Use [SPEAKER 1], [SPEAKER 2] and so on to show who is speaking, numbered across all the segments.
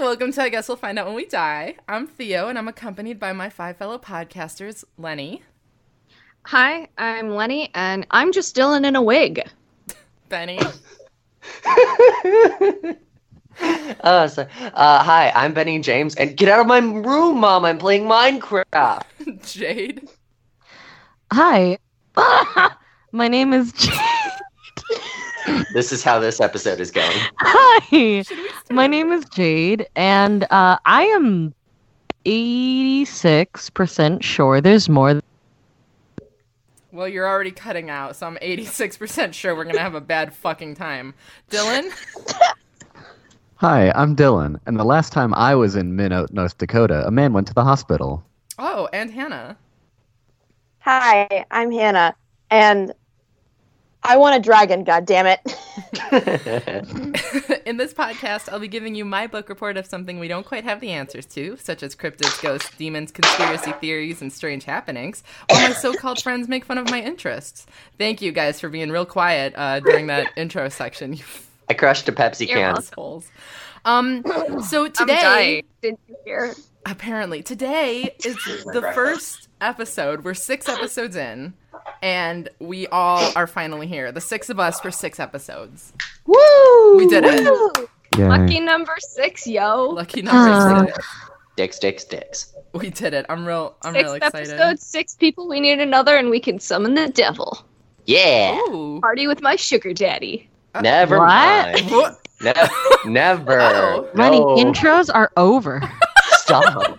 [SPEAKER 1] welcome to I Guess We'll Find Out When We Die. I'm Theo, and I'm accompanied by my five fellow podcasters, Lenny,
[SPEAKER 2] Hi, I'm Lenny, and I'm just Dylan in a wig.
[SPEAKER 1] Benny,
[SPEAKER 3] Uh, so, uh, hi, I'm Benny James, and get out of my room, Mom. I'm playing Minecraft.
[SPEAKER 1] Jade,
[SPEAKER 4] Hi. My name is Jade.
[SPEAKER 3] This is how this episode is going.
[SPEAKER 4] Hi. My name is Jade, and uh, I am 86% sure there's more.
[SPEAKER 1] Well, you're already cutting out, so I'm 86% sure we're going to have a bad fucking time. Dylan,
[SPEAKER 5] Hi, I'm Dylan, and the last time I was in Minot, North Dakota, a man went to the hospital.
[SPEAKER 1] oh, and Hannah.
[SPEAKER 6] Hi, I'm Hannah, and I want a dragon. God damn it!
[SPEAKER 1] In this podcast, I'll be giving you my book report of something we don't quite have the answers to, such as cryptids, ghosts, demons, conspiracy theories, and strange happenings, while my so called friends make fun of my interests. Thank you guys for being real quiet uh, during that intro section, you
[SPEAKER 3] I crushed a Pepsi can.
[SPEAKER 1] assholes. Um, so
[SPEAKER 2] I'm
[SPEAKER 1] today,
[SPEAKER 2] dying. Did you hear?
[SPEAKER 1] apparently, today is the first episode. We're six episodes in, and we all are finally here. The six of us for six episodes.
[SPEAKER 3] Woo!
[SPEAKER 1] We did it.
[SPEAKER 5] Yay.
[SPEAKER 2] Lucky number six, yo.
[SPEAKER 1] Lucky numbers. did it.
[SPEAKER 3] Dicks, dicks, dicks.
[SPEAKER 1] We did it. I'm real. I'm
[SPEAKER 2] six
[SPEAKER 1] real excited.
[SPEAKER 2] episodes, six people. We need another, and we can summon the devil.
[SPEAKER 3] Yeah.
[SPEAKER 1] Ooh.
[SPEAKER 2] Party with my sugar daddy.
[SPEAKER 3] Never
[SPEAKER 4] What?
[SPEAKER 3] mind.
[SPEAKER 1] Wha-
[SPEAKER 3] Ne- never.
[SPEAKER 1] Oh.
[SPEAKER 4] Lenny,
[SPEAKER 3] No.
[SPEAKER 4] intros are over.
[SPEAKER 3] Stop.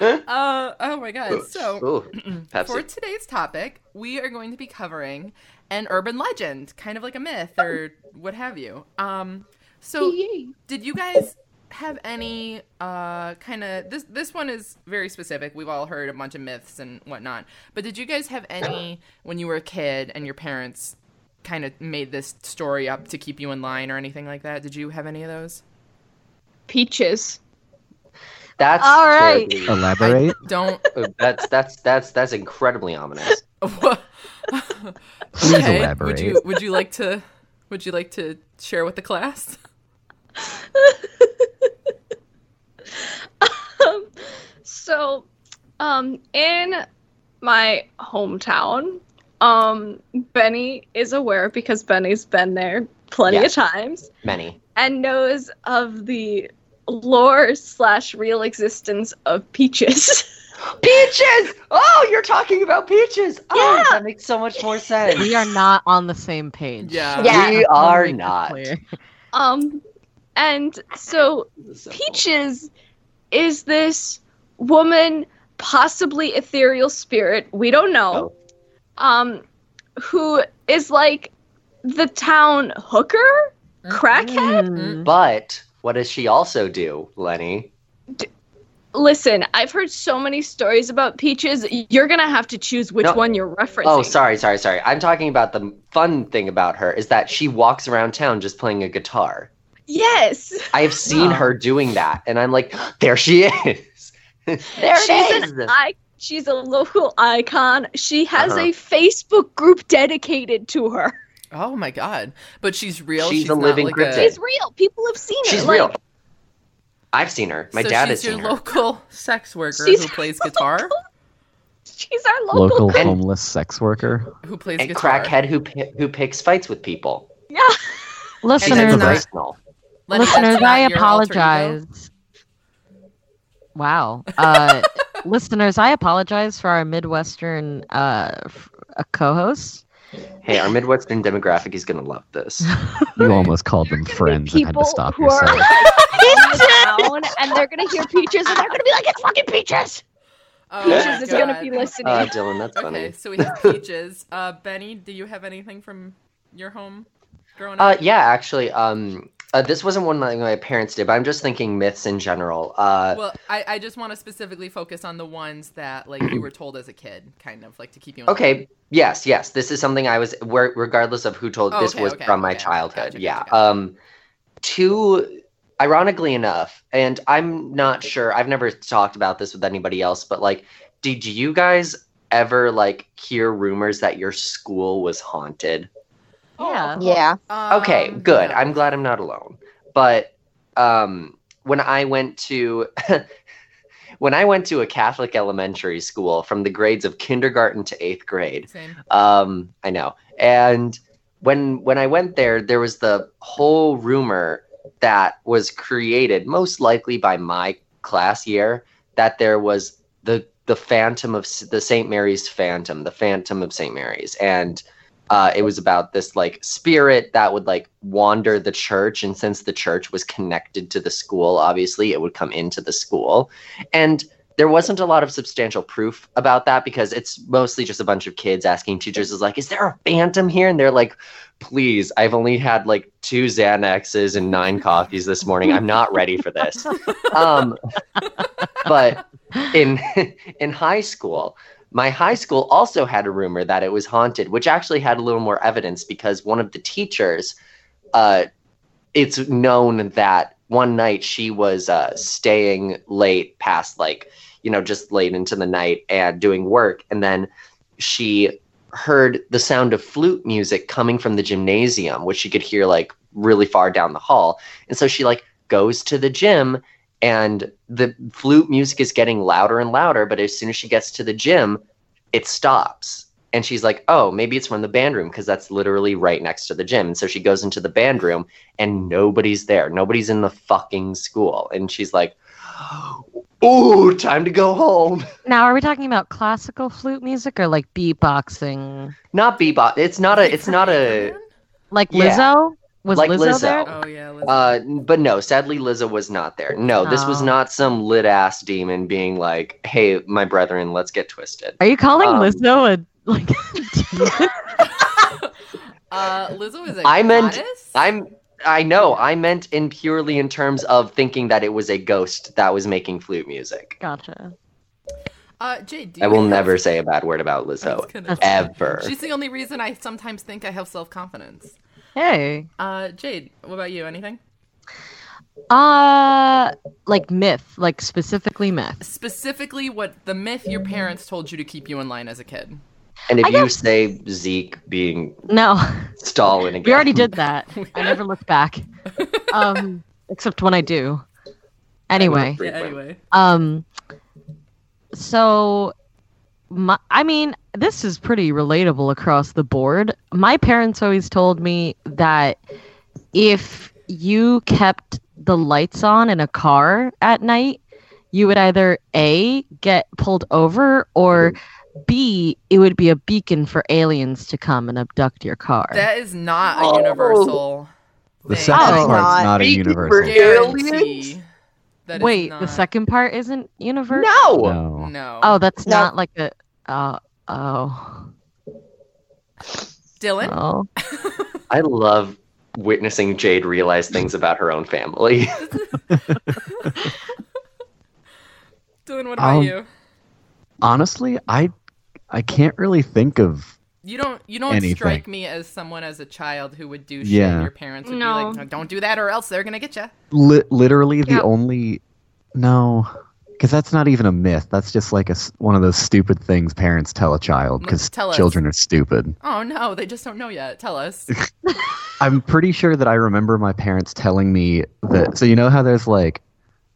[SPEAKER 1] Uh, oh my god. So,
[SPEAKER 3] Ooh, Pepsi.
[SPEAKER 1] for today's topic, we are going to be covering an urban legend, kind of like a myth or what have you. Um, so did you guys have any uh kind of this this one is very specific. We've all heard a bunch of myths and whatnot. But did you guys have any when you were a kid and your parents kind of made this story up to keep you in line or anything like that? Did you have any of those?
[SPEAKER 2] Peaches.
[SPEAKER 3] That's
[SPEAKER 4] All right.
[SPEAKER 3] terribly-
[SPEAKER 5] Elaborate.
[SPEAKER 1] Don't
[SPEAKER 3] Ooh, that's that's that's that's incredibly ominous.
[SPEAKER 1] Please
[SPEAKER 5] Please
[SPEAKER 1] Would
[SPEAKER 5] elaborate.
[SPEAKER 1] you would you like to would you like to share with the class?
[SPEAKER 2] Um, so, um, in my hometown, um, Benny is aware because Benny's been there plenty
[SPEAKER 3] Yes.
[SPEAKER 2] of times
[SPEAKER 3] Many.
[SPEAKER 2] and knows of the lore slash real existence of peaches.
[SPEAKER 3] Peaches! Oh, you're talking about peaches. Oh, that makes so much more sense.
[SPEAKER 4] we are not on the same page.
[SPEAKER 1] Yeah.
[SPEAKER 6] Yeah.
[SPEAKER 3] We
[SPEAKER 4] Let's
[SPEAKER 3] are
[SPEAKER 4] make this
[SPEAKER 3] not.
[SPEAKER 4] clear.
[SPEAKER 2] um, and so
[SPEAKER 3] So-
[SPEAKER 2] Peaches is this woman, possibly ethereal spirit, we don't know, um, who is like the town hooker? Crackhead?
[SPEAKER 4] Mm.
[SPEAKER 3] But what does she also do, Lenny?
[SPEAKER 2] Listen, I've heard so many stories about Peaches. You're going to have to choose which
[SPEAKER 3] No.
[SPEAKER 2] one you're referencing.
[SPEAKER 3] Oh, sorry, sorry, sorry. I'm talking about the fun thing about her is that she walks around town just playing a guitar.
[SPEAKER 2] Yes.
[SPEAKER 3] I have seen
[SPEAKER 4] Oh.
[SPEAKER 3] her doing that, and I'm like, there she is.
[SPEAKER 2] There
[SPEAKER 3] she
[SPEAKER 2] it is.
[SPEAKER 3] is.
[SPEAKER 2] I- she's a local icon. She has
[SPEAKER 3] Uh-huh.
[SPEAKER 2] a Facebook group dedicated to her.
[SPEAKER 1] Oh my god. But she's real.
[SPEAKER 3] She's a
[SPEAKER 1] not
[SPEAKER 3] living
[SPEAKER 1] like
[SPEAKER 3] cryptid.
[SPEAKER 2] She's real. People have seen
[SPEAKER 3] She's
[SPEAKER 2] it. Like,
[SPEAKER 3] real. I've seen her. My
[SPEAKER 1] so
[SPEAKER 3] dad
[SPEAKER 1] she's
[SPEAKER 3] has seen
[SPEAKER 1] your
[SPEAKER 3] her.
[SPEAKER 1] local sex worker
[SPEAKER 2] She's-
[SPEAKER 1] who plays guitar.
[SPEAKER 2] She's our
[SPEAKER 5] Local
[SPEAKER 3] And-
[SPEAKER 5] homeless sex worker.
[SPEAKER 1] Who plays
[SPEAKER 3] and
[SPEAKER 1] guitar?
[SPEAKER 3] crackhead who pi- who picks fights with people.
[SPEAKER 2] Yeah.
[SPEAKER 3] She's a
[SPEAKER 4] Listeners,
[SPEAKER 5] Another-
[SPEAKER 3] professional.
[SPEAKER 1] Lenny, that's
[SPEAKER 4] listeners,
[SPEAKER 1] not
[SPEAKER 4] I
[SPEAKER 1] your alter ego?
[SPEAKER 4] apologize. Wow. Uh, listeners, I apologize for our Midwestern uh, f- uh, co hosts.
[SPEAKER 3] Hey, our Midwestern demographic is gonna love this.
[SPEAKER 5] You almost called them
[SPEAKER 2] There are gonna be
[SPEAKER 5] friends and had to
[SPEAKER 2] people
[SPEAKER 5] stop
[SPEAKER 2] who are-
[SPEAKER 5] yourself.
[SPEAKER 2] down, and they're gonna hear peaches, and they're gonna be like, "It's fucking peaches."
[SPEAKER 1] Oh my
[SPEAKER 2] Peaches is gonna
[SPEAKER 1] God.
[SPEAKER 2] be listening.
[SPEAKER 3] Uh, Dylan, that's
[SPEAKER 1] Okay,
[SPEAKER 3] funny.
[SPEAKER 1] so we have peaches. Uh, Benny, do you have anything from your home growing
[SPEAKER 3] Uh,
[SPEAKER 1] up?
[SPEAKER 3] yeah, actually, um, uh, this wasn't one that my parents did, but I'm just thinking myths in general. Uh,
[SPEAKER 1] Well, I, I just want to specifically focus on the ones that like you were told as a kid, kind of like to keep you. In line.
[SPEAKER 3] okay, yes, yes, this is something I was, where, regardless of who told,
[SPEAKER 1] Oh,
[SPEAKER 3] this
[SPEAKER 1] okay,
[SPEAKER 3] was
[SPEAKER 1] okay,
[SPEAKER 3] from my
[SPEAKER 1] okay.
[SPEAKER 3] childhood.
[SPEAKER 1] Gotcha,
[SPEAKER 3] yeah.
[SPEAKER 1] gotcha, gotcha.
[SPEAKER 3] Um, two, ironically enough, and I'm not sure, I've never talked about this with anybody else, but like, did you guys ever like hear rumors that your school was haunted?
[SPEAKER 4] Yeah.
[SPEAKER 5] Uh,
[SPEAKER 6] Yeah,
[SPEAKER 1] Um,
[SPEAKER 3] Okay, good.
[SPEAKER 1] no.
[SPEAKER 3] I'm glad I'm not alone. But um when I went to when I went to a Catholic elementary school from the grades of kindergarten to eighth grade.
[SPEAKER 1] Same.
[SPEAKER 3] Um, I know. And when when I went there, there was the whole rumor that was created, most likely by my class year, that there was the the Phantom of S- the St. Mary's Phantom, the Phantom of St. Mary's, and uh, it was about this like spirit that would like wander the church, and since the church was connected to the school, obviously it would come into the school, and there wasn't a lot of substantial proof about that because it's mostly just a bunch of kids asking teachers is like is there a phantom here and they're like please i've only had like two xanaxes and nine coffees this morning i'm not ready for this um, but in in high school my high school also had a rumor that it was haunted which actually had a little more evidence because one of the teachers uh, it's known that one night she was uh, staying late past like you know just late into the night and doing work and then she heard the sound of flute music coming from the gymnasium which she could hear like really far down the hall and so she like goes to the gym and the flute music is getting louder and louder but as soon as she gets to the gym it stops and she's like oh maybe it's from the band room because that's literally right next to the gym and so she goes into the band room and nobody's there. Nobody's in the fucking school. And she's like, Ooh, time to go home.
[SPEAKER 4] Now, are we talking about classical flute music or like beatboxing?
[SPEAKER 3] Not bebop. It's not a it's not a
[SPEAKER 4] Like
[SPEAKER 3] Yeah.
[SPEAKER 4] Lizzo? Was
[SPEAKER 3] Like
[SPEAKER 4] Lizzo,
[SPEAKER 3] Lizzo.
[SPEAKER 4] there?
[SPEAKER 1] Oh yeah. Liz.
[SPEAKER 3] uh but no, sadly Liza was not there. No, this was
[SPEAKER 4] Oh.
[SPEAKER 3] not some lit ass demon being like, Hey, my brethren, let's get twisted.
[SPEAKER 4] Are you calling
[SPEAKER 3] Um,
[SPEAKER 4] Lizzo a like? demon?
[SPEAKER 1] uh, Lizzo is a
[SPEAKER 3] I meant-
[SPEAKER 1] goddess?
[SPEAKER 3] I'm I know, I meant in purely in terms of thinking that it was a ghost that was making flute music.
[SPEAKER 4] gotcha.
[SPEAKER 1] Uh, Jade, do
[SPEAKER 3] I
[SPEAKER 1] you
[SPEAKER 3] will
[SPEAKER 1] have-
[SPEAKER 3] never say a bad word about
[SPEAKER 1] I was
[SPEAKER 3] Lizzo.
[SPEAKER 1] gonna-
[SPEAKER 3] Ever.
[SPEAKER 1] She's the only reason I sometimes think I have self confidence.
[SPEAKER 4] Hey.
[SPEAKER 1] Uh, Jade, what about you? Anything
[SPEAKER 4] Uh, like myth, like specifically myth.
[SPEAKER 1] specifically? What the myth your parents told you to keep you in line as a kid?
[SPEAKER 3] And if
[SPEAKER 4] I
[SPEAKER 3] you
[SPEAKER 4] guess-
[SPEAKER 3] say Zeke being
[SPEAKER 4] No,
[SPEAKER 3] Stalin again.
[SPEAKER 4] we already did that. I never look back, um, except when I do. Anyway,
[SPEAKER 1] Yeah,
[SPEAKER 3] Frequent.
[SPEAKER 1] anyway,
[SPEAKER 4] um, so my, I mean, this is pretty relatable across the board. My parents always told me that if you kept the lights on in a car at night, you would either A, get pulled over, or B, it would be a beacon for aliens to come and abduct your car.
[SPEAKER 1] that is not a
[SPEAKER 3] Oh.
[SPEAKER 1] universal.
[SPEAKER 5] The
[SPEAKER 1] thing.
[SPEAKER 5] second
[SPEAKER 4] Oh,
[SPEAKER 5] part's not,
[SPEAKER 6] not.
[SPEAKER 5] a
[SPEAKER 3] Speaking
[SPEAKER 5] universal.
[SPEAKER 3] for-
[SPEAKER 1] guarantee.
[SPEAKER 3] Aliens?
[SPEAKER 1] That is
[SPEAKER 4] Wait, the
[SPEAKER 1] not-
[SPEAKER 4] second part isn't universal?
[SPEAKER 3] No.
[SPEAKER 5] No.
[SPEAKER 1] No.
[SPEAKER 4] Oh, that's
[SPEAKER 6] No.
[SPEAKER 4] not like a. Uh, oh.
[SPEAKER 1] Dylan.
[SPEAKER 4] Oh.
[SPEAKER 3] I love witnessing Jade realize things about her own family.
[SPEAKER 1] Dylan, what about
[SPEAKER 5] Um,
[SPEAKER 1] you?
[SPEAKER 5] Honestly, I I can't really think of
[SPEAKER 1] You don't. You don't
[SPEAKER 5] anything.
[SPEAKER 1] strike me as someone as a child who would do shit.
[SPEAKER 5] Yeah.
[SPEAKER 1] Your parents would
[SPEAKER 2] No.
[SPEAKER 1] be like, "Don't do that, or else they're gonna get you."
[SPEAKER 5] li- literally the
[SPEAKER 2] Yeah.
[SPEAKER 5] only no because that's not even a myth. That's just like a s one of those stupid things parents tell a child
[SPEAKER 2] Mm,
[SPEAKER 5] because
[SPEAKER 1] Tell us.
[SPEAKER 5] children are stupid.
[SPEAKER 1] Oh no, they just don't know yet. Tell us.
[SPEAKER 5] I'm pretty sure that I remember my parents telling me that. So you know how there's like,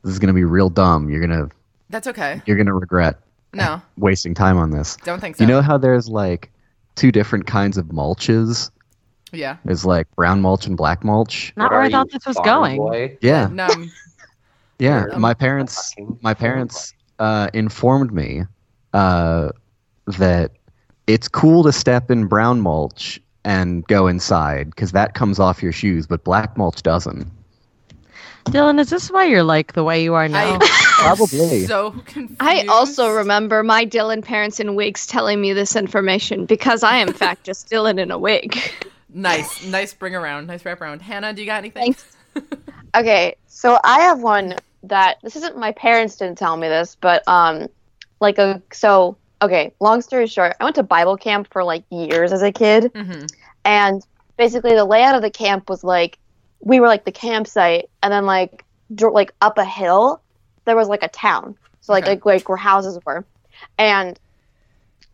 [SPEAKER 5] this is gonna be real dumb. You're gonna
[SPEAKER 1] That's okay.
[SPEAKER 5] you're gonna regret
[SPEAKER 1] No,
[SPEAKER 5] wasting time on this.
[SPEAKER 1] don't think so.
[SPEAKER 5] You know how there's like two different kinds of mulches.
[SPEAKER 1] Yeah.
[SPEAKER 5] There's like brown mulch and black mulch.
[SPEAKER 4] Not
[SPEAKER 3] What
[SPEAKER 4] where
[SPEAKER 3] are
[SPEAKER 4] I thought
[SPEAKER 3] you,
[SPEAKER 4] this was
[SPEAKER 3] farm
[SPEAKER 4] going.
[SPEAKER 3] boy?
[SPEAKER 5] Yeah,
[SPEAKER 1] No.
[SPEAKER 5] yeah.
[SPEAKER 1] Yeah.
[SPEAKER 5] My parents
[SPEAKER 3] Fucking
[SPEAKER 5] my parents uh, informed me uh, that it's cool to step in brown mulch and go inside because that comes off your shoes, but black mulch doesn't.
[SPEAKER 4] Dylan, is this why you're like the way you are now?
[SPEAKER 1] I am
[SPEAKER 5] Probably.
[SPEAKER 1] so confused.
[SPEAKER 2] I also remember my Dylan parents in wigs telling me this information because I am, in fact, just Dylan in a wig.
[SPEAKER 1] Nice, nice bring around, nice wrap around. Hannah, do you got anything?
[SPEAKER 6] Thanks. Okay, so I have one that this isn't my parents didn't tell me this, but um like a so okay, long story short, I went to Bible camp for like years as a kid
[SPEAKER 1] Mm-hmm.
[SPEAKER 6] and basically the layout of the camp was like we were like the campsite and then like dr- like up a hill there was like a town. So like
[SPEAKER 1] Okay.
[SPEAKER 6] like, like where houses were. And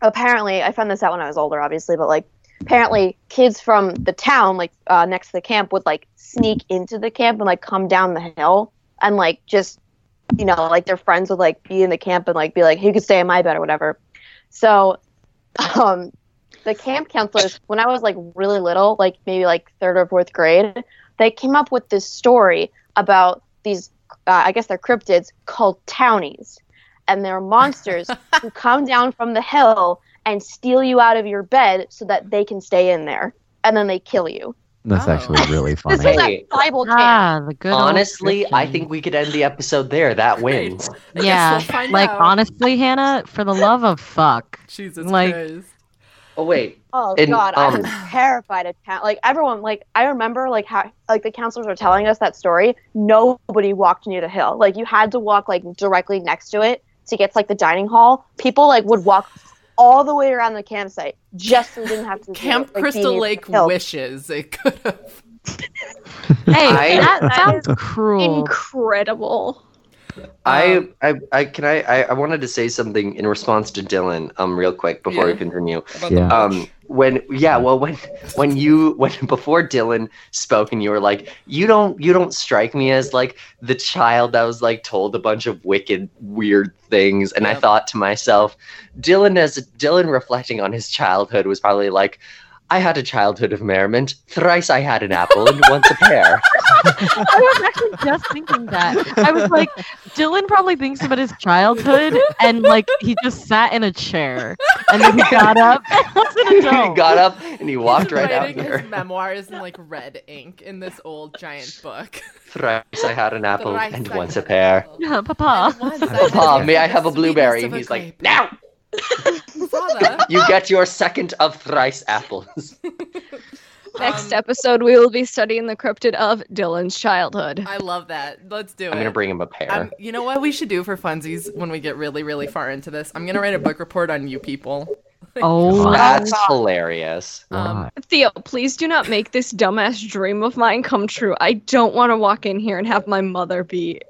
[SPEAKER 6] apparently I found this out when I was older obviously, but like apparently kids from the town like uh, next to the camp would like sneak into the camp and like come down the hill and like just you know like their friends would like be in the camp and like be like hey, you could stay in my bed or whatever so um the camp counselors when i was like really little like maybe like third or fourth grade they came up with this story about these uh, i guess they're cryptids called townies and they're monsters who come down from the hill and steal you out of your bed so that they can stay in there and then they kill you
[SPEAKER 5] That's
[SPEAKER 1] Oh.
[SPEAKER 5] actually really funny.
[SPEAKER 6] this was
[SPEAKER 3] Hey.
[SPEAKER 6] at bible camp
[SPEAKER 4] Ah, the good. old
[SPEAKER 3] Honestly, I
[SPEAKER 4] Christian.
[SPEAKER 3] think we could end the episode there. That
[SPEAKER 1] Great.
[SPEAKER 3] wins.
[SPEAKER 1] I guess
[SPEAKER 4] Yeah,
[SPEAKER 1] we'll find
[SPEAKER 4] like
[SPEAKER 1] out.
[SPEAKER 4] honestly, Hannah, for the love of fuck,
[SPEAKER 1] Jesus
[SPEAKER 4] like-
[SPEAKER 1] Christ.
[SPEAKER 3] Oh wait,
[SPEAKER 6] Oh
[SPEAKER 3] And,
[SPEAKER 6] god, I
[SPEAKER 3] um,
[SPEAKER 6] was terrified of town. Like everyone, like I remember, like how like the counselors were telling us that story. Nobody walked near the hill. Like you had to walk like directly next to it to get to, like the dining hall. People like would walk all the way around the campsite just so we didn't have to do it,
[SPEAKER 1] Camp
[SPEAKER 6] like, be
[SPEAKER 1] Crystal
[SPEAKER 6] near
[SPEAKER 1] Lake
[SPEAKER 6] the hill.
[SPEAKER 1] wishes it could have.
[SPEAKER 4] hey,
[SPEAKER 3] I-
[SPEAKER 4] that
[SPEAKER 2] that
[SPEAKER 4] sounds cruel.
[SPEAKER 2] Incredible.
[SPEAKER 3] I,
[SPEAKER 1] Um,
[SPEAKER 3] I, I can I, I, I wanted to say something in response to Dylan, um, real quick before
[SPEAKER 1] Yeah.
[SPEAKER 3] we continue.
[SPEAKER 1] About the
[SPEAKER 5] Yeah.
[SPEAKER 1] mulch.
[SPEAKER 3] Um, when yeah, well, when when you when before Dylan spoke and you were like, you don't you don't strike me as like the child that was like told a bunch of wicked weird things, and I
[SPEAKER 1] Yep.
[SPEAKER 3] thought to myself, Dylan as Dylan reflecting on his childhood was probably like. I had a childhood of merriment. Thrice I had an apple and once a pear.
[SPEAKER 4] I was actually just thinking that. I was like, Dylan probably thinks about his childhood and like he just sat in a chair and then he got up and was an
[SPEAKER 3] he
[SPEAKER 4] adult.
[SPEAKER 3] got up and he walked
[SPEAKER 1] He's
[SPEAKER 3] right out
[SPEAKER 1] writing
[SPEAKER 3] there.
[SPEAKER 1] his memoirs in like red ink in this old giant book.
[SPEAKER 3] Thrice I had an apple
[SPEAKER 1] Thrice
[SPEAKER 3] and
[SPEAKER 1] I
[SPEAKER 3] once a
[SPEAKER 1] had
[SPEAKER 3] pear.
[SPEAKER 1] apple.
[SPEAKER 4] Yeah, Papa.
[SPEAKER 1] And once I
[SPEAKER 3] Papa,
[SPEAKER 1] tasted
[SPEAKER 3] may I
[SPEAKER 1] the
[SPEAKER 3] have a
[SPEAKER 1] sweetness
[SPEAKER 3] blueberry?
[SPEAKER 1] of
[SPEAKER 3] And
[SPEAKER 1] a
[SPEAKER 3] he's like,
[SPEAKER 1] grape.
[SPEAKER 3] now
[SPEAKER 1] Saw that.
[SPEAKER 3] you get your second of thrice apples.
[SPEAKER 2] Next
[SPEAKER 1] Um,
[SPEAKER 2] episode, we will be studying the cryptid of Dylan's childhood.
[SPEAKER 1] I love that. Let's do it.
[SPEAKER 3] I'm gonna bring him a pear.
[SPEAKER 1] Um, you know what we should do for funsies when we get really, really far into this? I'm gonna write a book report on you people.
[SPEAKER 4] Oh,
[SPEAKER 3] That's hilarious.
[SPEAKER 1] Um,
[SPEAKER 2] Theo, please do not make this dumbass dream of mine come true. I don't want to walk in here and have my mother be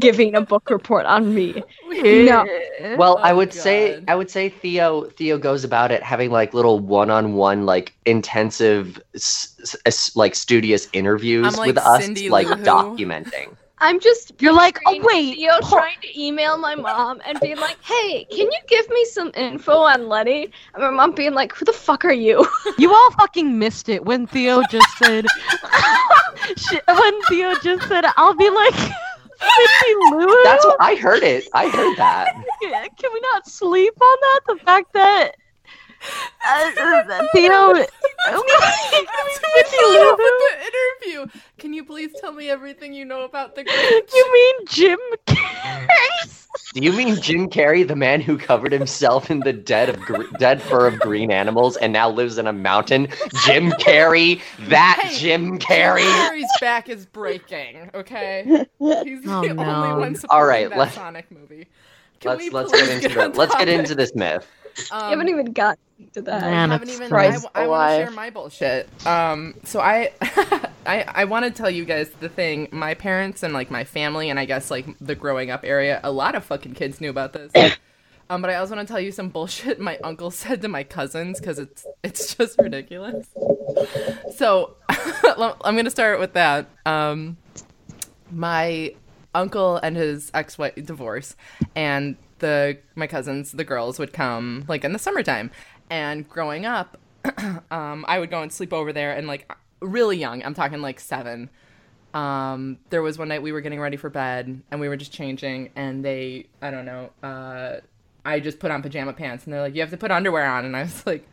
[SPEAKER 2] giving a book report on me. No.
[SPEAKER 3] Well, I
[SPEAKER 1] Oh,
[SPEAKER 3] would say
[SPEAKER 1] God.
[SPEAKER 3] I would say Theo Theo goes about it having like little one-on-one like intensive s- s- s- like studious interviews
[SPEAKER 1] I'm like
[SPEAKER 3] with us
[SPEAKER 1] Cindy
[SPEAKER 3] like
[SPEAKER 1] Lou Who.
[SPEAKER 3] documenting.
[SPEAKER 2] I'm just
[SPEAKER 4] You're like, oh,
[SPEAKER 2] picturing
[SPEAKER 4] wait,
[SPEAKER 2] Theo
[SPEAKER 4] hold-
[SPEAKER 2] trying to email my mom and being like, "Hey, can you give me some info on Letty?" And my mom being like, "Who the fuck are you?"
[SPEAKER 4] You all fucking missed it when Theo just said. Shit, when Theo just said, "I'll be like Cindy Lou."
[SPEAKER 3] That's what I heard it. I heard that.
[SPEAKER 4] Can we not sleep on that? The fact that uh, uh, Theo.
[SPEAKER 3] Oh
[SPEAKER 1] That's what we thought of the interview. Can you please tell me everything you know about the Grinch?
[SPEAKER 4] You mean Jim Carrey?
[SPEAKER 3] Do you mean Jim Carrey, the man who covered himself in the dead of gr- dead fur of green animals and now lives in a mountain? Jim Carrey, that
[SPEAKER 1] Hey.
[SPEAKER 3] Jim Carrey.
[SPEAKER 1] Harry's back is breaking. Okay, he's the
[SPEAKER 4] Oh,
[SPEAKER 1] only
[SPEAKER 4] no.
[SPEAKER 1] one supporting
[SPEAKER 3] All right,
[SPEAKER 1] that
[SPEAKER 3] let's-
[SPEAKER 1] Sonic movie. Can we
[SPEAKER 3] Let's let's
[SPEAKER 1] please
[SPEAKER 3] get into
[SPEAKER 1] on
[SPEAKER 3] the, let's get
[SPEAKER 1] topic?
[SPEAKER 3] into this myth.
[SPEAKER 1] Um,
[SPEAKER 2] you haven't even gotten to that.
[SPEAKER 4] Yeah. Man,
[SPEAKER 1] I haven't
[SPEAKER 4] it's
[SPEAKER 1] even.
[SPEAKER 6] Christ
[SPEAKER 1] I, want to
[SPEAKER 6] alive.
[SPEAKER 1] share my bullshit. Um, so I, I, I want to tell you guys the thing. My parents and like my family and I guess like the growing up area. A lot of fucking kids knew about this. um, but I also want to tell you some bullshit my uncle said to my cousins because it's it's just ridiculous. So I'm gonna start with that. Um, my uncle and his ex-wife divorce and the my cousins the girls would come like in the summertime and growing up um, i would go and sleep over there and like really young i'm talking like seven um, there was one night we were getting ready for bed and we were just changing and they i don't know uh, i just put on pajama pants and they're like you have to put underwear on and i was like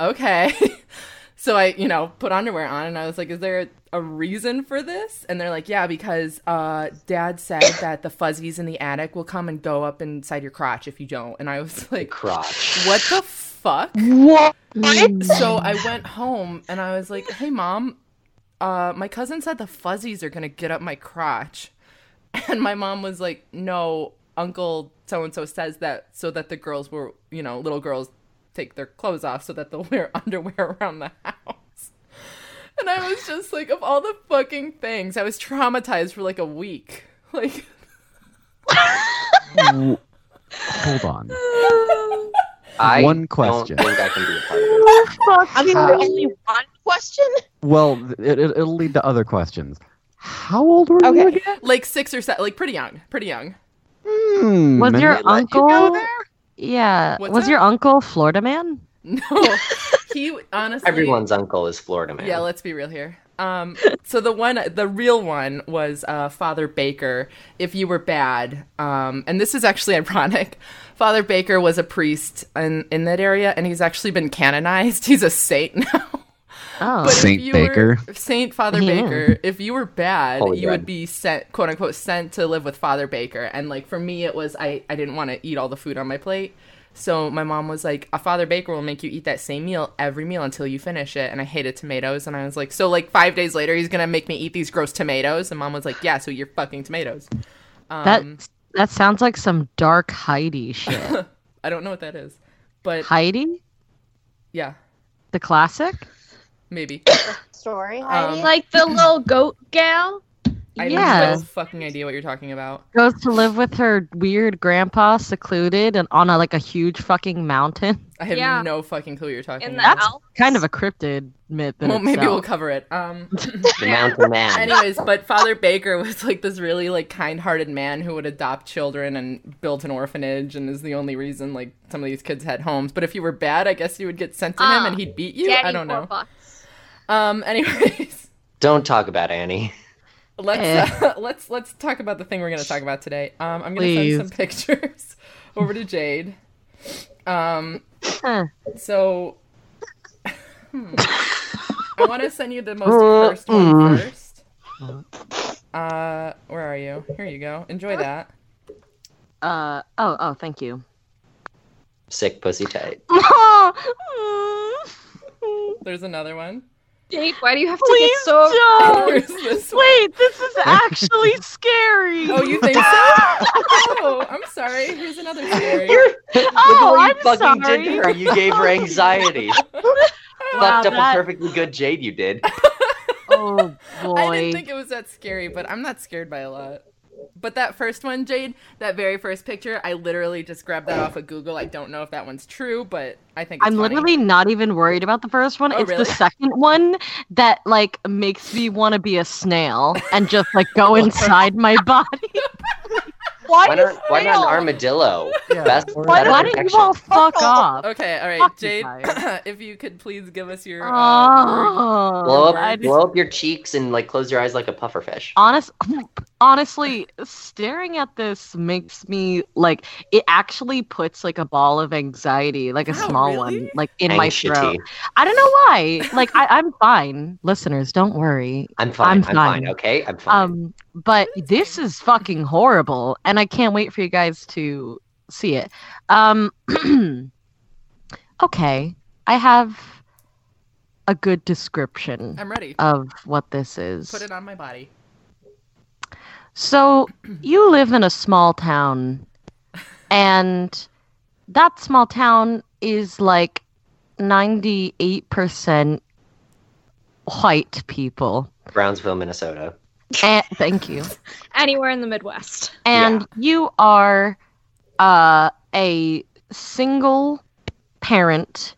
[SPEAKER 1] okay so I, you know, put underwear on and I was like, is there a reason for this? And they're like, yeah, because uh, dad said that the fuzzies in the attic will come and go up inside your crotch if you don't. And I was like,
[SPEAKER 3] Crotch.
[SPEAKER 1] what the fuck?
[SPEAKER 6] What?
[SPEAKER 1] So I went home and I was like, hey, mom, uh, my cousin said the fuzzies are going to get up my crotch. And my mom was like, no, uncle so and so says that so that the girls were, you know, little girls take their clothes off so that they'll wear underwear around the house. And I was just like, of all the fucking things, I was traumatized for like a week. Like,
[SPEAKER 5] W- Hold on.
[SPEAKER 3] I
[SPEAKER 5] One question.
[SPEAKER 3] Don't think I can be a part of it.
[SPEAKER 6] I mean,
[SPEAKER 3] Uh,
[SPEAKER 6] only one question.
[SPEAKER 5] Well, th- it, it, it'll lead to other questions. How old were you
[SPEAKER 6] Okay.
[SPEAKER 5] again?
[SPEAKER 1] Like six or seven, like pretty young, pretty young.
[SPEAKER 5] Hmm,
[SPEAKER 4] Was
[SPEAKER 5] and
[SPEAKER 4] your
[SPEAKER 5] they let go
[SPEAKER 4] uncle-
[SPEAKER 5] there?
[SPEAKER 4] Yeah.
[SPEAKER 1] What's
[SPEAKER 4] was
[SPEAKER 1] that?
[SPEAKER 4] your uncle Florida man?
[SPEAKER 1] No, he honestly.
[SPEAKER 3] Everyone's uncle is Florida man.
[SPEAKER 1] Yeah, let's be real here. Um, so the one, the real one was uh, Father Baker. If you were bad, um, and this is actually ironic, Father Baker was a priest in in that area, and he's actually been canonized. He's a saint now.
[SPEAKER 4] Oh.
[SPEAKER 1] But if
[SPEAKER 5] Saint
[SPEAKER 1] you were-
[SPEAKER 5] Baker. Oh,
[SPEAKER 1] Saint Father
[SPEAKER 4] Yeah.
[SPEAKER 1] Baker. If you were bad,
[SPEAKER 3] Holy
[SPEAKER 1] you
[SPEAKER 3] bread.
[SPEAKER 1] would be sent, quote unquote, sent to live with Father Baker. And like for me, it was I I didn't want to eat all the food on my plate, so my mom was like, "A Father Baker will make you eat that same meal every meal until you finish it." And I hated tomatoes, and I was like, "So like five days later, he's gonna make me eat these gross tomatoes?" And mom was like, "Yeah, so you're fucking tomatoes."
[SPEAKER 4] that
[SPEAKER 1] Um,
[SPEAKER 4] that sounds like some dark Heidi shit.
[SPEAKER 1] I don't know what that is, but
[SPEAKER 4] Heidi?
[SPEAKER 1] yeah,
[SPEAKER 4] The classic?
[SPEAKER 1] maybe.
[SPEAKER 6] Story,
[SPEAKER 1] Heidi? Um,
[SPEAKER 2] Like the little goat gal.
[SPEAKER 1] I
[SPEAKER 4] Yeah.
[SPEAKER 1] have no fucking idea what you're talking about.
[SPEAKER 4] Goes to live with her weird grandpa secluded and on a like a huge fucking mountain.
[SPEAKER 1] I have
[SPEAKER 2] Yeah.
[SPEAKER 1] no fucking clue what you're talking
[SPEAKER 2] In the
[SPEAKER 1] about.
[SPEAKER 4] That's kind of a cryptid myth. in
[SPEAKER 1] well, maybe
[SPEAKER 4] itself.
[SPEAKER 1] we'll cover it. Um,
[SPEAKER 3] The mountain man.
[SPEAKER 1] anyways, but Father Baker was like this really like kind-hearted man who would adopt children and built an orphanage, and is the only reason like some of these kids had homes. But if you were bad, I guess you would get sent to him
[SPEAKER 2] Ah,
[SPEAKER 1] and he'd beat you.
[SPEAKER 2] Daddy
[SPEAKER 1] I don't know.
[SPEAKER 2] Warbucks.
[SPEAKER 1] Um, anyways,
[SPEAKER 3] Don't talk about Annie.
[SPEAKER 1] let's
[SPEAKER 4] Eh.
[SPEAKER 1] uh, let's let's talk about the thing we're gonna talk about today. Um, I'm gonna
[SPEAKER 4] Please.
[SPEAKER 1] send some pictures over to Jade. Um,
[SPEAKER 4] Huh.
[SPEAKER 1] so hmm. I want to send you the most first
[SPEAKER 4] Mm.
[SPEAKER 1] one first. Uh, where are you? Here you go. Enjoy that.
[SPEAKER 4] Uh oh oh thank you.
[SPEAKER 3] Sick pussy tight.
[SPEAKER 1] There's another one.
[SPEAKER 2] Jade, why do you have to
[SPEAKER 4] Please
[SPEAKER 2] get so
[SPEAKER 1] There's
[SPEAKER 4] don't.
[SPEAKER 1] this one.
[SPEAKER 4] Oh, Wait, this is actually scary.
[SPEAKER 1] Oh, you think so? oh, I'm sorry. Here's another story.
[SPEAKER 4] Oh,
[SPEAKER 3] Look
[SPEAKER 4] I'm
[SPEAKER 3] at what you fucking
[SPEAKER 4] sorry.
[SPEAKER 3] did to her. You gave her anxiety. Fucked up
[SPEAKER 4] that-
[SPEAKER 3] a perfectly good Jade you did.
[SPEAKER 4] Oh boy.
[SPEAKER 1] I didn't think it was that scary, but I'm not scared by a lot. But that first one, Jade, that very first picture, I literally just grabbed that off of Google. I don't know if that one's true, but I think it's
[SPEAKER 4] I'm
[SPEAKER 1] funny.
[SPEAKER 4] literally not even worried about the first one.
[SPEAKER 1] Oh,
[SPEAKER 4] it's
[SPEAKER 1] really?
[SPEAKER 4] the second one that like makes me want to be a snail and just like go inside my body.
[SPEAKER 3] Why not? Why not an armadillo? Best.
[SPEAKER 4] Why,
[SPEAKER 3] better
[SPEAKER 4] why don't you
[SPEAKER 3] protection.
[SPEAKER 4] all fuck
[SPEAKER 1] Oh,
[SPEAKER 4] off?
[SPEAKER 1] Okay, all right,
[SPEAKER 4] Fuck you
[SPEAKER 1] Jade, if you could please give us your. Uh, word.
[SPEAKER 4] Oh,
[SPEAKER 3] Blow
[SPEAKER 1] I
[SPEAKER 3] up,
[SPEAKER 1] just-
[SPEAKER 3] blow up your cheeks and like close your eyes like a pufferfish.
[SPEAKER 4] honest honestly staring at this makes me like it actually puts like a ball of anxiety like a
[SPEAKER 1] Wow,
[SPEAKER 4] small
[SPEAKER 1] Oh, really?
[SPEAKER 4] one like in my
[SPEAKER 3] Anxiety.
[SPEAKER 4] throat i don't know why like I, i'm fine listeners don't worry
[SPEAKER 3] I'm fine.
[SPEAKER 4] I'm
[SPEAKER 3] I'm, fine.
[SPEAKER 4] fine.
[SPEAKER 3] Okay, I'm fine.
[SPEAKER 4] um but this is fucking horrible and i can't wait for you guys to see it um okay i have a good description
[SPEAKER 1] I'm ready.
[SPEAKER 4] of what this is
[SPEAKER 1] Put it on my body.
[SPEAKER 4] So you live in a small town, and that small town is like 98% white people.
[SPEAKER 3] Brownsville, Minnesota.
[SPEAKER 4] And, thank you.
[SPEAKER 2] anywhere in the Midwest?
[SPEAKER 4] And you are uh, a single parent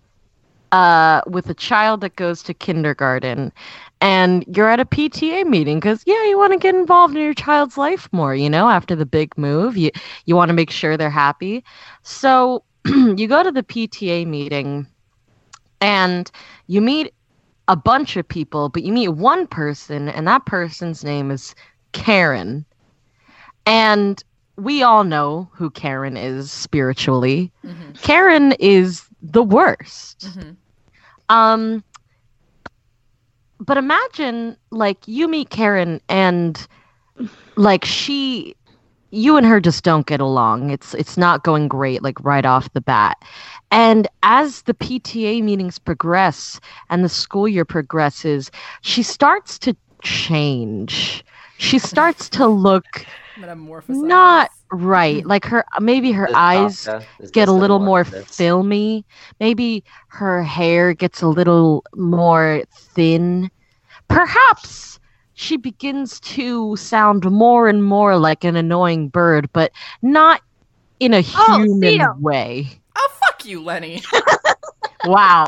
[SPEAKER 4] uh, with a child that goes to kindergarten. And you're at a PTA meeting because, yeah, you want to get involved in your child's life more, you know, after the big move. You, you want to make sure they're happy. So you go to the PTA meeting and you meet a bunch of people, but you meet one person, and that person's name is Karen. And we all know who Karen is spiritually.
[SPEAKER 1] hmm
[SPEAKER 4] Karen is the worst.
[SPEAKER 1] hmm
[SPEAKER 4] Um but imagine like you meet Karen and like she you and her just don't get along. It's it's not going great like right off the bat. And as the PTA meetings progress and the school year progresses, she starts to change. She starts to look
[SPEAKER 1] Metamorphosis.
[SPEAKER 4] not right. Like her, maybe her
[SPEAKER 3] This
[SPEAKER 4] eyes
[SPEAKER 3] Kafka is
[SPEAKER 4] get a
[SPEAKER 3] based on
[SPEAKER 4] little
[SPEAKER 3] one
[SPEAKER 4] more
[SPEAKER 3] of this.
[SPEAKER 4] filmy. Maybe her hair gets a little more thin. Perhaps she begins to sound more and more like an annoying bird, but not in a
[SPEAKER 2] Oh,
[SPEAKER 4] human
[SPEAKER 2] Theo.
[SPEAKER 4] way.
[SPEAKER 1] Oh, fuck you, Lenny.
[SPEAKER 4] Wow.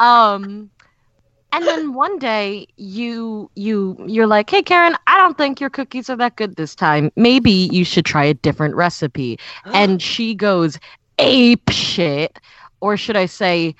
[SPEAKER 4] Um And then one day you you you're like, "Hey Karen, I don't think your cookies are that good this time. Maybe you should try a different recipe."
[SPEAKER 1] Oh.
[SPEAKER 4] and she goes, "Ape shit." Or should I say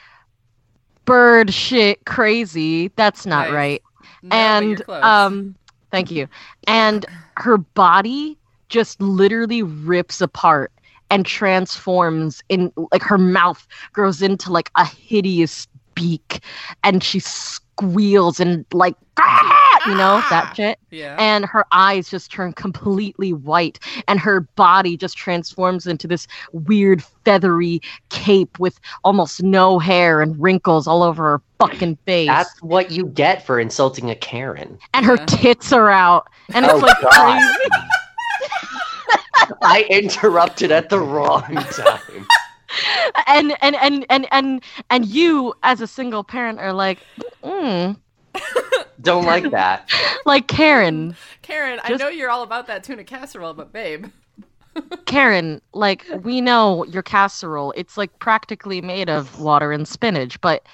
[SPEAKER 4] bird shit crazy? That's not
[SPEAKER 1] Nice.
[SPEAKER 4] right.
[SPEAKER 1] No, but you're
[SPEAKER 4] and
[SPEAKER 1] close.
[SPEAKER 4] um thank you. And her body just literally rips apart and transforms in like her mouth grows into like a hideous beak and she squeals and like "Ah!" you know that shit
[SPEAKER 1] yeah.
[SPEAKER 4] and her eyes just turn completely white and her body just transforms into this weird feathery cape with almost no hair and wrinkles all over her fucking face
[SPEAKER 3] That's what you get for insulting a Karen.
[SPEAKER 4] and her
[SPEAKER 1] Yeah.
[SPEAKER 4] tits are out and
[SPEAKER 3] Oh,
[SPEAKER 4] it's like
[SPEAKER 3] God.
[SPEAKER 4] crazy.
[SPEAKER 3] I interrupted at the wrong time.
[SPEAKER 4] and and and and and and you as a single parent are like mm,
[SPEAKER 3] Don't like that.
[SPEAKER 4] like Karen
[SPEAKER 1] Karen, I
[SPEAKER 4] just-
[SPEAKER 1] know you're all about that tuna casserole, but babe,
[SPEAKER 4] Karen like we know your casserole it's like practically made of water and spinach but